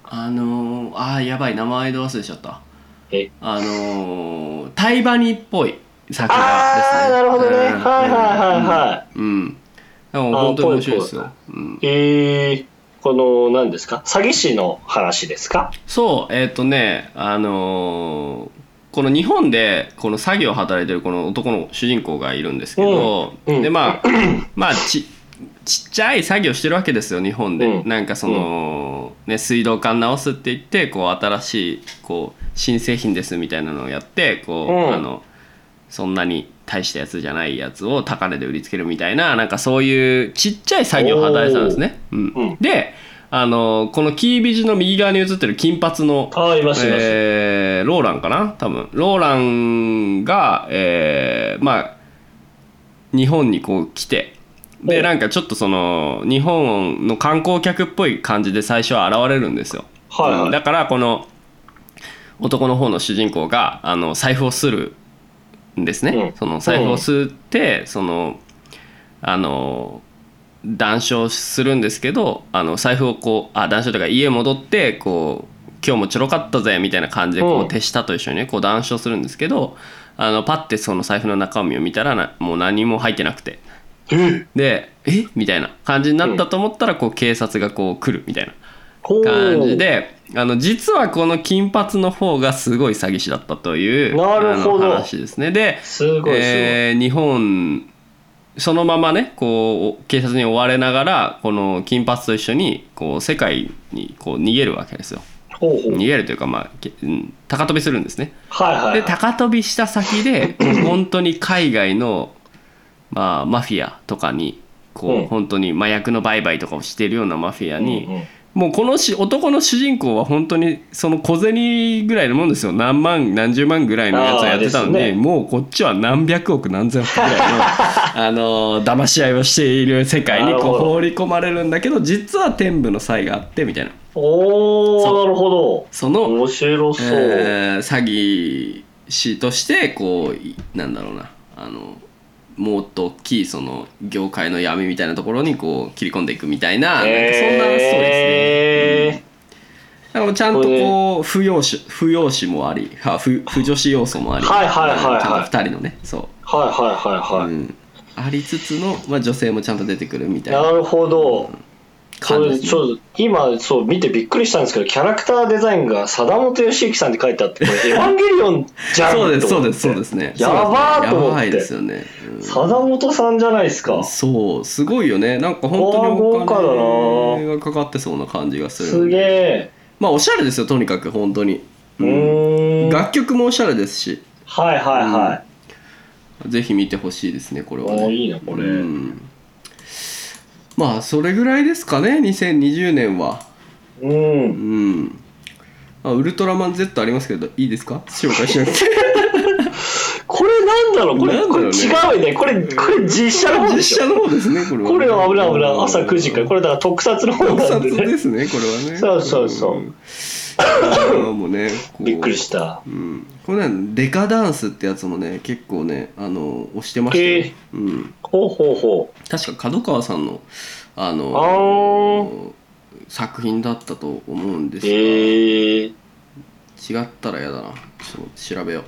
[SPEAKER 1] あのー、ああやばい名前で忘れちゃった
[SPEAKER 2] え
[SPEAKER 1] あのー、タイバニっぽい作画ですね
[SPEAKER 2] ああー、なるほどね。
[SPEAKER 1] うん
[SPEAKER 2] はいはいはいはい。
[SPEAKER 1] うんでも本当に面白いですよ、うん、
[SPEAKER 2] えー、この、何ですか詐欺師の話ですか
[SPEAKER 1] そうえっ、とねあのーこの日本でこの作業を働いてるこの男の主人公がいるんですけど、
[SPEAKER 2] うんうん
[SPEAKER 1] で まあまあちちっちゃい作業してるわけですよ日本で、
[SPEAKER 2] うん
[SPEAKER 1] なんかその、ね、水道管直すって言ってこう新しいこう新製品ですみたいなのをやってこう、
[SPEAKER 2] うん
[SPEAKER 1] あのそんなに大したやつじゃないやつを高値で売りつけるみたいななんかそういうちっちゃい作業を働いてたんですね。うん
[SPEAKER 2] うん
[SPEAKER 1] であのこのキービジの右側に映ってる金髪の
[SPEAKER 2] ああ、いますいます。
[SPEAKER 1] えーローランかな多分ローランが、えーまあ日本にこう来てで
[SPEAKER 2] お
[SPEAKER 1] なんかちょっとその日本の観光客っぽい感じで最初は現れるんですよ、
[SPEAKER 2] はいはい
[SPEAKER 1] うんだからこの男の方の主人公があの財布をするんですね、
[SPEAKER 2] うん
[SPEAKER 1] その財布をすって、そのあの談笑するんですけどあの財布をこうあ談笑というか家戻ってこう今日もちょろかったぜみたいな感じでこ
[SPEAKER 2] う
[SPEAKER 1] うん手下と一緒にねこう談笑するんですけどあのパッてその財布の中身を見たらなもう何も入ってなくてでえみたいな感じになったと思ったらこう警察がこう来るみたいな
[SPEAKER 2] ほう
[SPEAKER 1] 感じであの実はこの金髪の方がすごい詐欺師だったという
[SPEAKER 2] なるほど
[SPEAKER 1] あの話ですね。です
[SPEAKER 2] ごいす
[SPEAKER 1] えー日本そのままねこう警察に追われながらこの金髪と一緒にこう世界にこう逃げるわけですよ
[SPEAKER 2] ごい。ほう
[SPEAKER 1] 逃
[SPEAKER 2] ほう。
[SPEAKER 1] げるというか、まあけうん高飛びするんですね
[SPEAKER 2] はい
[SPEAKER 1] で
[SPEAKER 2] はい。
[SPEAKER 1] 高飛びした先 で本当に海外の、まあ、マフィアとかにこう、
[SPEAKER 2] うん
[SPEAKER 1] 本当に麻薬の売買とかをしてるようなマフィアに、
[SPEAKER 2] うんうん
[SPEAKER 1] もうこのし男の主人公は本当にその小銭ぐらいのもんですよ何万何十万ぐらいのやつをやってたの
[SPEAKER 2] あー
[SPEAKER 1] で
[SPEAKER 2] ですね
[SPEAKER 1] もうこっちは何百億何千億ぐらい のあのー騙し合いをしている世界に
[SPEAKER 2] なる
[SPEAKER 1] こう
[SPEAKER 2] ほど
[SPEAKER 1] 放り込まれるんだけど実は天部の才があってみたいな
[SPEAKER 2] お
[SPEAKER 1] そう
[SPEAKER 2] ー、なるほど。
[SPEAKER 1] その、
[SPEAKER 2] 面白そう。
[SPEAKER 1] えー詐欺師としてこういなんだろうなあのもっと大きいその業界の闇みたいなところにこう切り込んでいくみたいな,、なんかそんなストーリーですね。うん
[SPEAKER 2] え
[SPEAKER 1] だからちゃんとこう不要詞不要詞もありは不不助詞要素もあり
[SPEAKER 2] はいはいはいはい
[SPEAKER 1] ちゃんと2人のねそ
[SPEAKER 2] ーはいは
[SPEAKER 1] う、
[SPEAKER 2] いはいは
[SPEAKER 1] うんありつつの、まあ、女性もちゃんと出てくるみた
[SPEAKER 2] い。
[SPEAKER 1] いな
[SPEAKER 2] なるほど。そ
[SPEAKER 1] 感じ
[SPEAKER 2] れ
[SPEAKER 1] です
[SPEAKER 2] ち
[SPEAKER 1] ね
[SPEAKER 2] ょっと今そう見てびっくりしたんですけどキャラクターデザインが貞本義行さんって書いてあってこ れ「エヴァンゲリオン」じゃん
[SPEAKER 1] そうです
[SPEAKER 2] と
[SPEAKER 1] そう
[SPEAKER 2] 思
[SPEAKER 1] で
[SPEAKER 2] って
[SPEAKER 1] すそうですね
[SPEAKER 2] やばーと思っ
[SPEAKER 1] や
[SPEAKER 2] て
[SPEAKER 1] ばいですよね、うん
[SPEAKER 2] 貞本さんじゃないですか
[SPEAKER 1] そうすごいよねなんか本当に
[SPEAKER 2] あー豪華だな
[SPEAKER 1] お金がかかってそうな感じがする
[SPEAKER 2] すげえ
[SPEAKER 1] まあおしゃれですよとにかく本当に、
[SPEAKER 2] う
[SPEAKER 1] うん
[SPEAKER 2] ーんはい
[SPEAKER 1] 楽曲もおしゃれですし
[SPEAKER 2] はいは
[SPEAKER 1] ぜひ見てほしいですねこれ
[SPEAKER 2] い、
[SPEAKER 1] は
[SPEAKER 2] お
[SPEAKER 1] ね
[SPEAKER 2] ーいいなこれ、
[SPEAKER 1] うんまあそれぐらいですかね2020年は
[SPEAKER 2] うん
[SPEAKER 1] うんあウルトラマン Z ありますけどいいですか紹介しなく て
[SPEAKER 2] これなんだろうこれ
[SPEAKER 1] なんだ
[SPEAKER 2] こ
[SPEAKER 1] ろう
[SPEAKER 2] れ
[SPEAKER 1] ね
[SPEAKER 2] 違うねこれこれ実写の方でし
[SPEAKER 1] 実写
[SPEAKER 2] ょ
[SPEAKER 1] の方ですねこれは
[SPEAKER 2] これは危ない危ない朝9時かららこれだから特撮の方
[SPEAKER 1] 特
[SPEAKER 2] なん
[SPEAKER 1] 撮
[SPEAKER 2] で
[SPEAKER 1] で
[SPEAKER 2] ね
[SPEAKER 1] すねこれはね
[SPEAKER 2] そうそうそうん
[SPEAKER 1] あのもうねこう
[SPEAKER 2] びっくりした
[SPEAKER 1] うん、これねデカダンスってやつもね結構ねあの押してましたよ、
[SPEAKER 2] へえ
[SPEAKER 1] うん、
[SPEAKER 2] ほうほうほう
[SPEAKER 1] 確か角川さんのあ
[SPEAKER 2] あ
[SPEAKER 1] の
[SPEAKER 2] ー
[SPEAKER 1] 作品だったと思うんですが、
[SPEAKER 2] ええー、
[SPEAKER 1] 違ったらやだなちょっと調べよう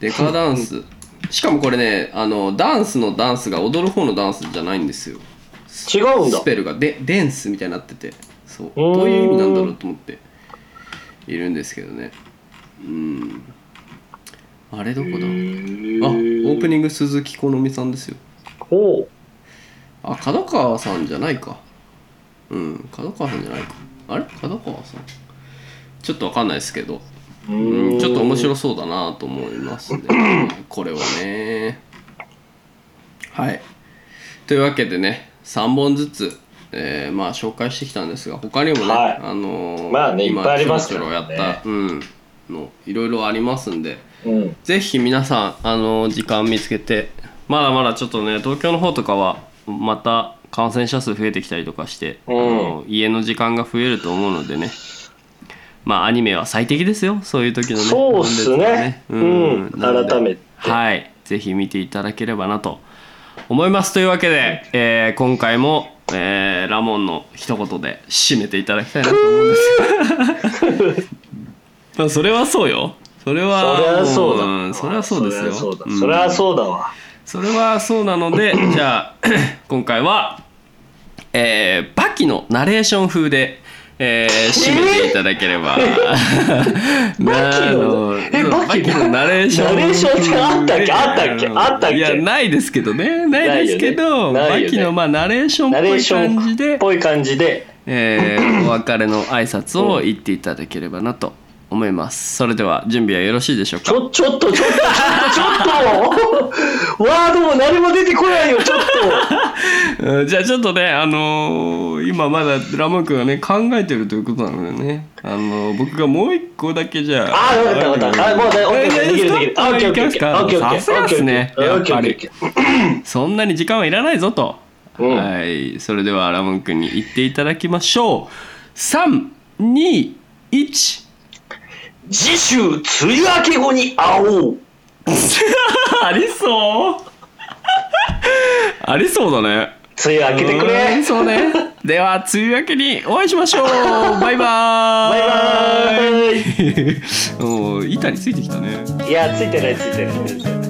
[SPEAKER 1] デカダンスしかもこれねあのダンスのダンスが踊る方のダンスじゃないんですよ
[SPEAKER 2] 違うんだ
[SPEAKER 1] スペルがでデンスみたいになっててそう
[SPEAKER 2] ーん
[SPEAKER 1] どういう意味なんだろうと思っているんですけどねうんあれどこだあオープ
[SPEAKER 2] ング
[SPEAKER 1] ニング鈴木好美さんですよ
[SPEAKER 2] ほう
[SPEAKER 1] あ角川さんじゃないかうん角川さんじゃないかあれ角川さんちょっとわかんないですけどうんちょっと面白そうだなと思いますね これはねはいというわけでね3本ずつ、えーまあ紹介してきたんですが他にもね、
[SPEAKER 2] はい
[SPEAKER 1] あのー
[SPEAKER 2] まあね
[SPEAKER 1] 今
[SPEAKER 2] いっぱいあります
[SPEAKER 1] ちょろちょろやっ
[SPEAKER 2] からね
[SPEAKER 1] た、うんのいろいろありますんで
[SPEAKER 2] うん、
[SPEAKER 1] ぜひ皆さんあの時間見つけてまだまだちょっとね東京の方とかはまた感染者数増えてきたりとかして、
[SPEAKER 2] うん
[SPEAKER 1] あの家の時間が増えると思うのでねまあアニメは最適ですよそういう時のね
[SPEAKER 2] そうっすねうん
[SPEAKER 1] なので
[SPEAKER 2] 改めて
[SPEAKER 1] はいぜひ見ていただければなと思いますというわけで、えー今回も、えーラモンの一言で締めていただきたいなと思うんですよ まあそれはそうよそれは
[SPEAKER 2] そりゃそうだ、
[SPEAKER 1] んそれはそうですよ
[SPEAKER 2] そりゃそうだ,、
[SPEAKER 1] うん
[SPEAKER 2] そりゃそうだわ
[SPEAKER 1] それはそうなの でじゃあ 今回は、えー、バキのナレーション風で、えー、締めていただければ、 な
[SPEAKER 2] バキ
[SPEAKER 1] あ
[SPEAKER 2] のえバキ
[SPEAKER 1] のナレーション
[SPEAKER 2] ナレーションってあったっけあったっけ
[SPEAKER 1] うん
[SPEAKER 2] あったっけ
[SPEAKER 1] いやないですけどねないですけど、
[SPEAKER 2] ないよねないよね
[SPEAKER 1] バキのまあナレーションっ
[SPEAKER 2] ナレ
[SPEAKER 1] ぽ
[SPEAKER 2] ー
[SPEAKER 1] い
[SPEAKER 2] ショ
[SPEAKER 1] 感じ
[SPEAKER 2] ン
[SPEAKER 1] で
[SPEAKER 2] っぽい感じで
[SPEAKER 1] えーお別れの挨拶を言っていただければなと思いますそれでは準備はよろしいでしょう
[SPEAKER 2] ち
[SPEAKER 1] か
[SPEAKER 2] ょちょっとちょっとちょっと ちょっとワードも何も出てこないよちょっ
[SPEAKER 1] うんじゃあちょっとねあのー今まだラモン君がね考えてるということなのでねあのー僕がもう一個だけじゃあ
[SPEAKER 2] あーわかったわかったあもうね
[SPEAKER 1] え
[SPEAKER 2] OK
[SPEAKER 1] いいですか
[SPEAKER 2] できるできるあ OK OK
[SPEAKER 1] いきますか
[SPEAKER 2] OK OK
[SPEAKER 1] さすがですね
[SPEAKER 2] OK
[SPEAKER 1] やっ
[SPEAKER 2] OK
[SPEAKER 1] ぱりそんなに時間はいらないぞと
[SPEAKER 2] うん
[SPEAKER 1] はいそれではラモン君に言っていただきましょう321
[SPEAKER 2] 次週梅雨明け後に会おう
[SPEAKER 1] ありそうありそうだね
[SPEAKER 2] 梅雨明けてく
[SPEAKER 1] うー
[SPEAKER 2] れ
[SPEAKER 1] んそうねでは梅雨明けにお会いしま しょうバイバ
[SPEAKER 2] バイ
[SPEAKER 1] ーイ
[SPEAKER 2] バー
[SPEAKER 1] イ おー板についてきたね
[SPEAKER 2] イいやついてないついてない全然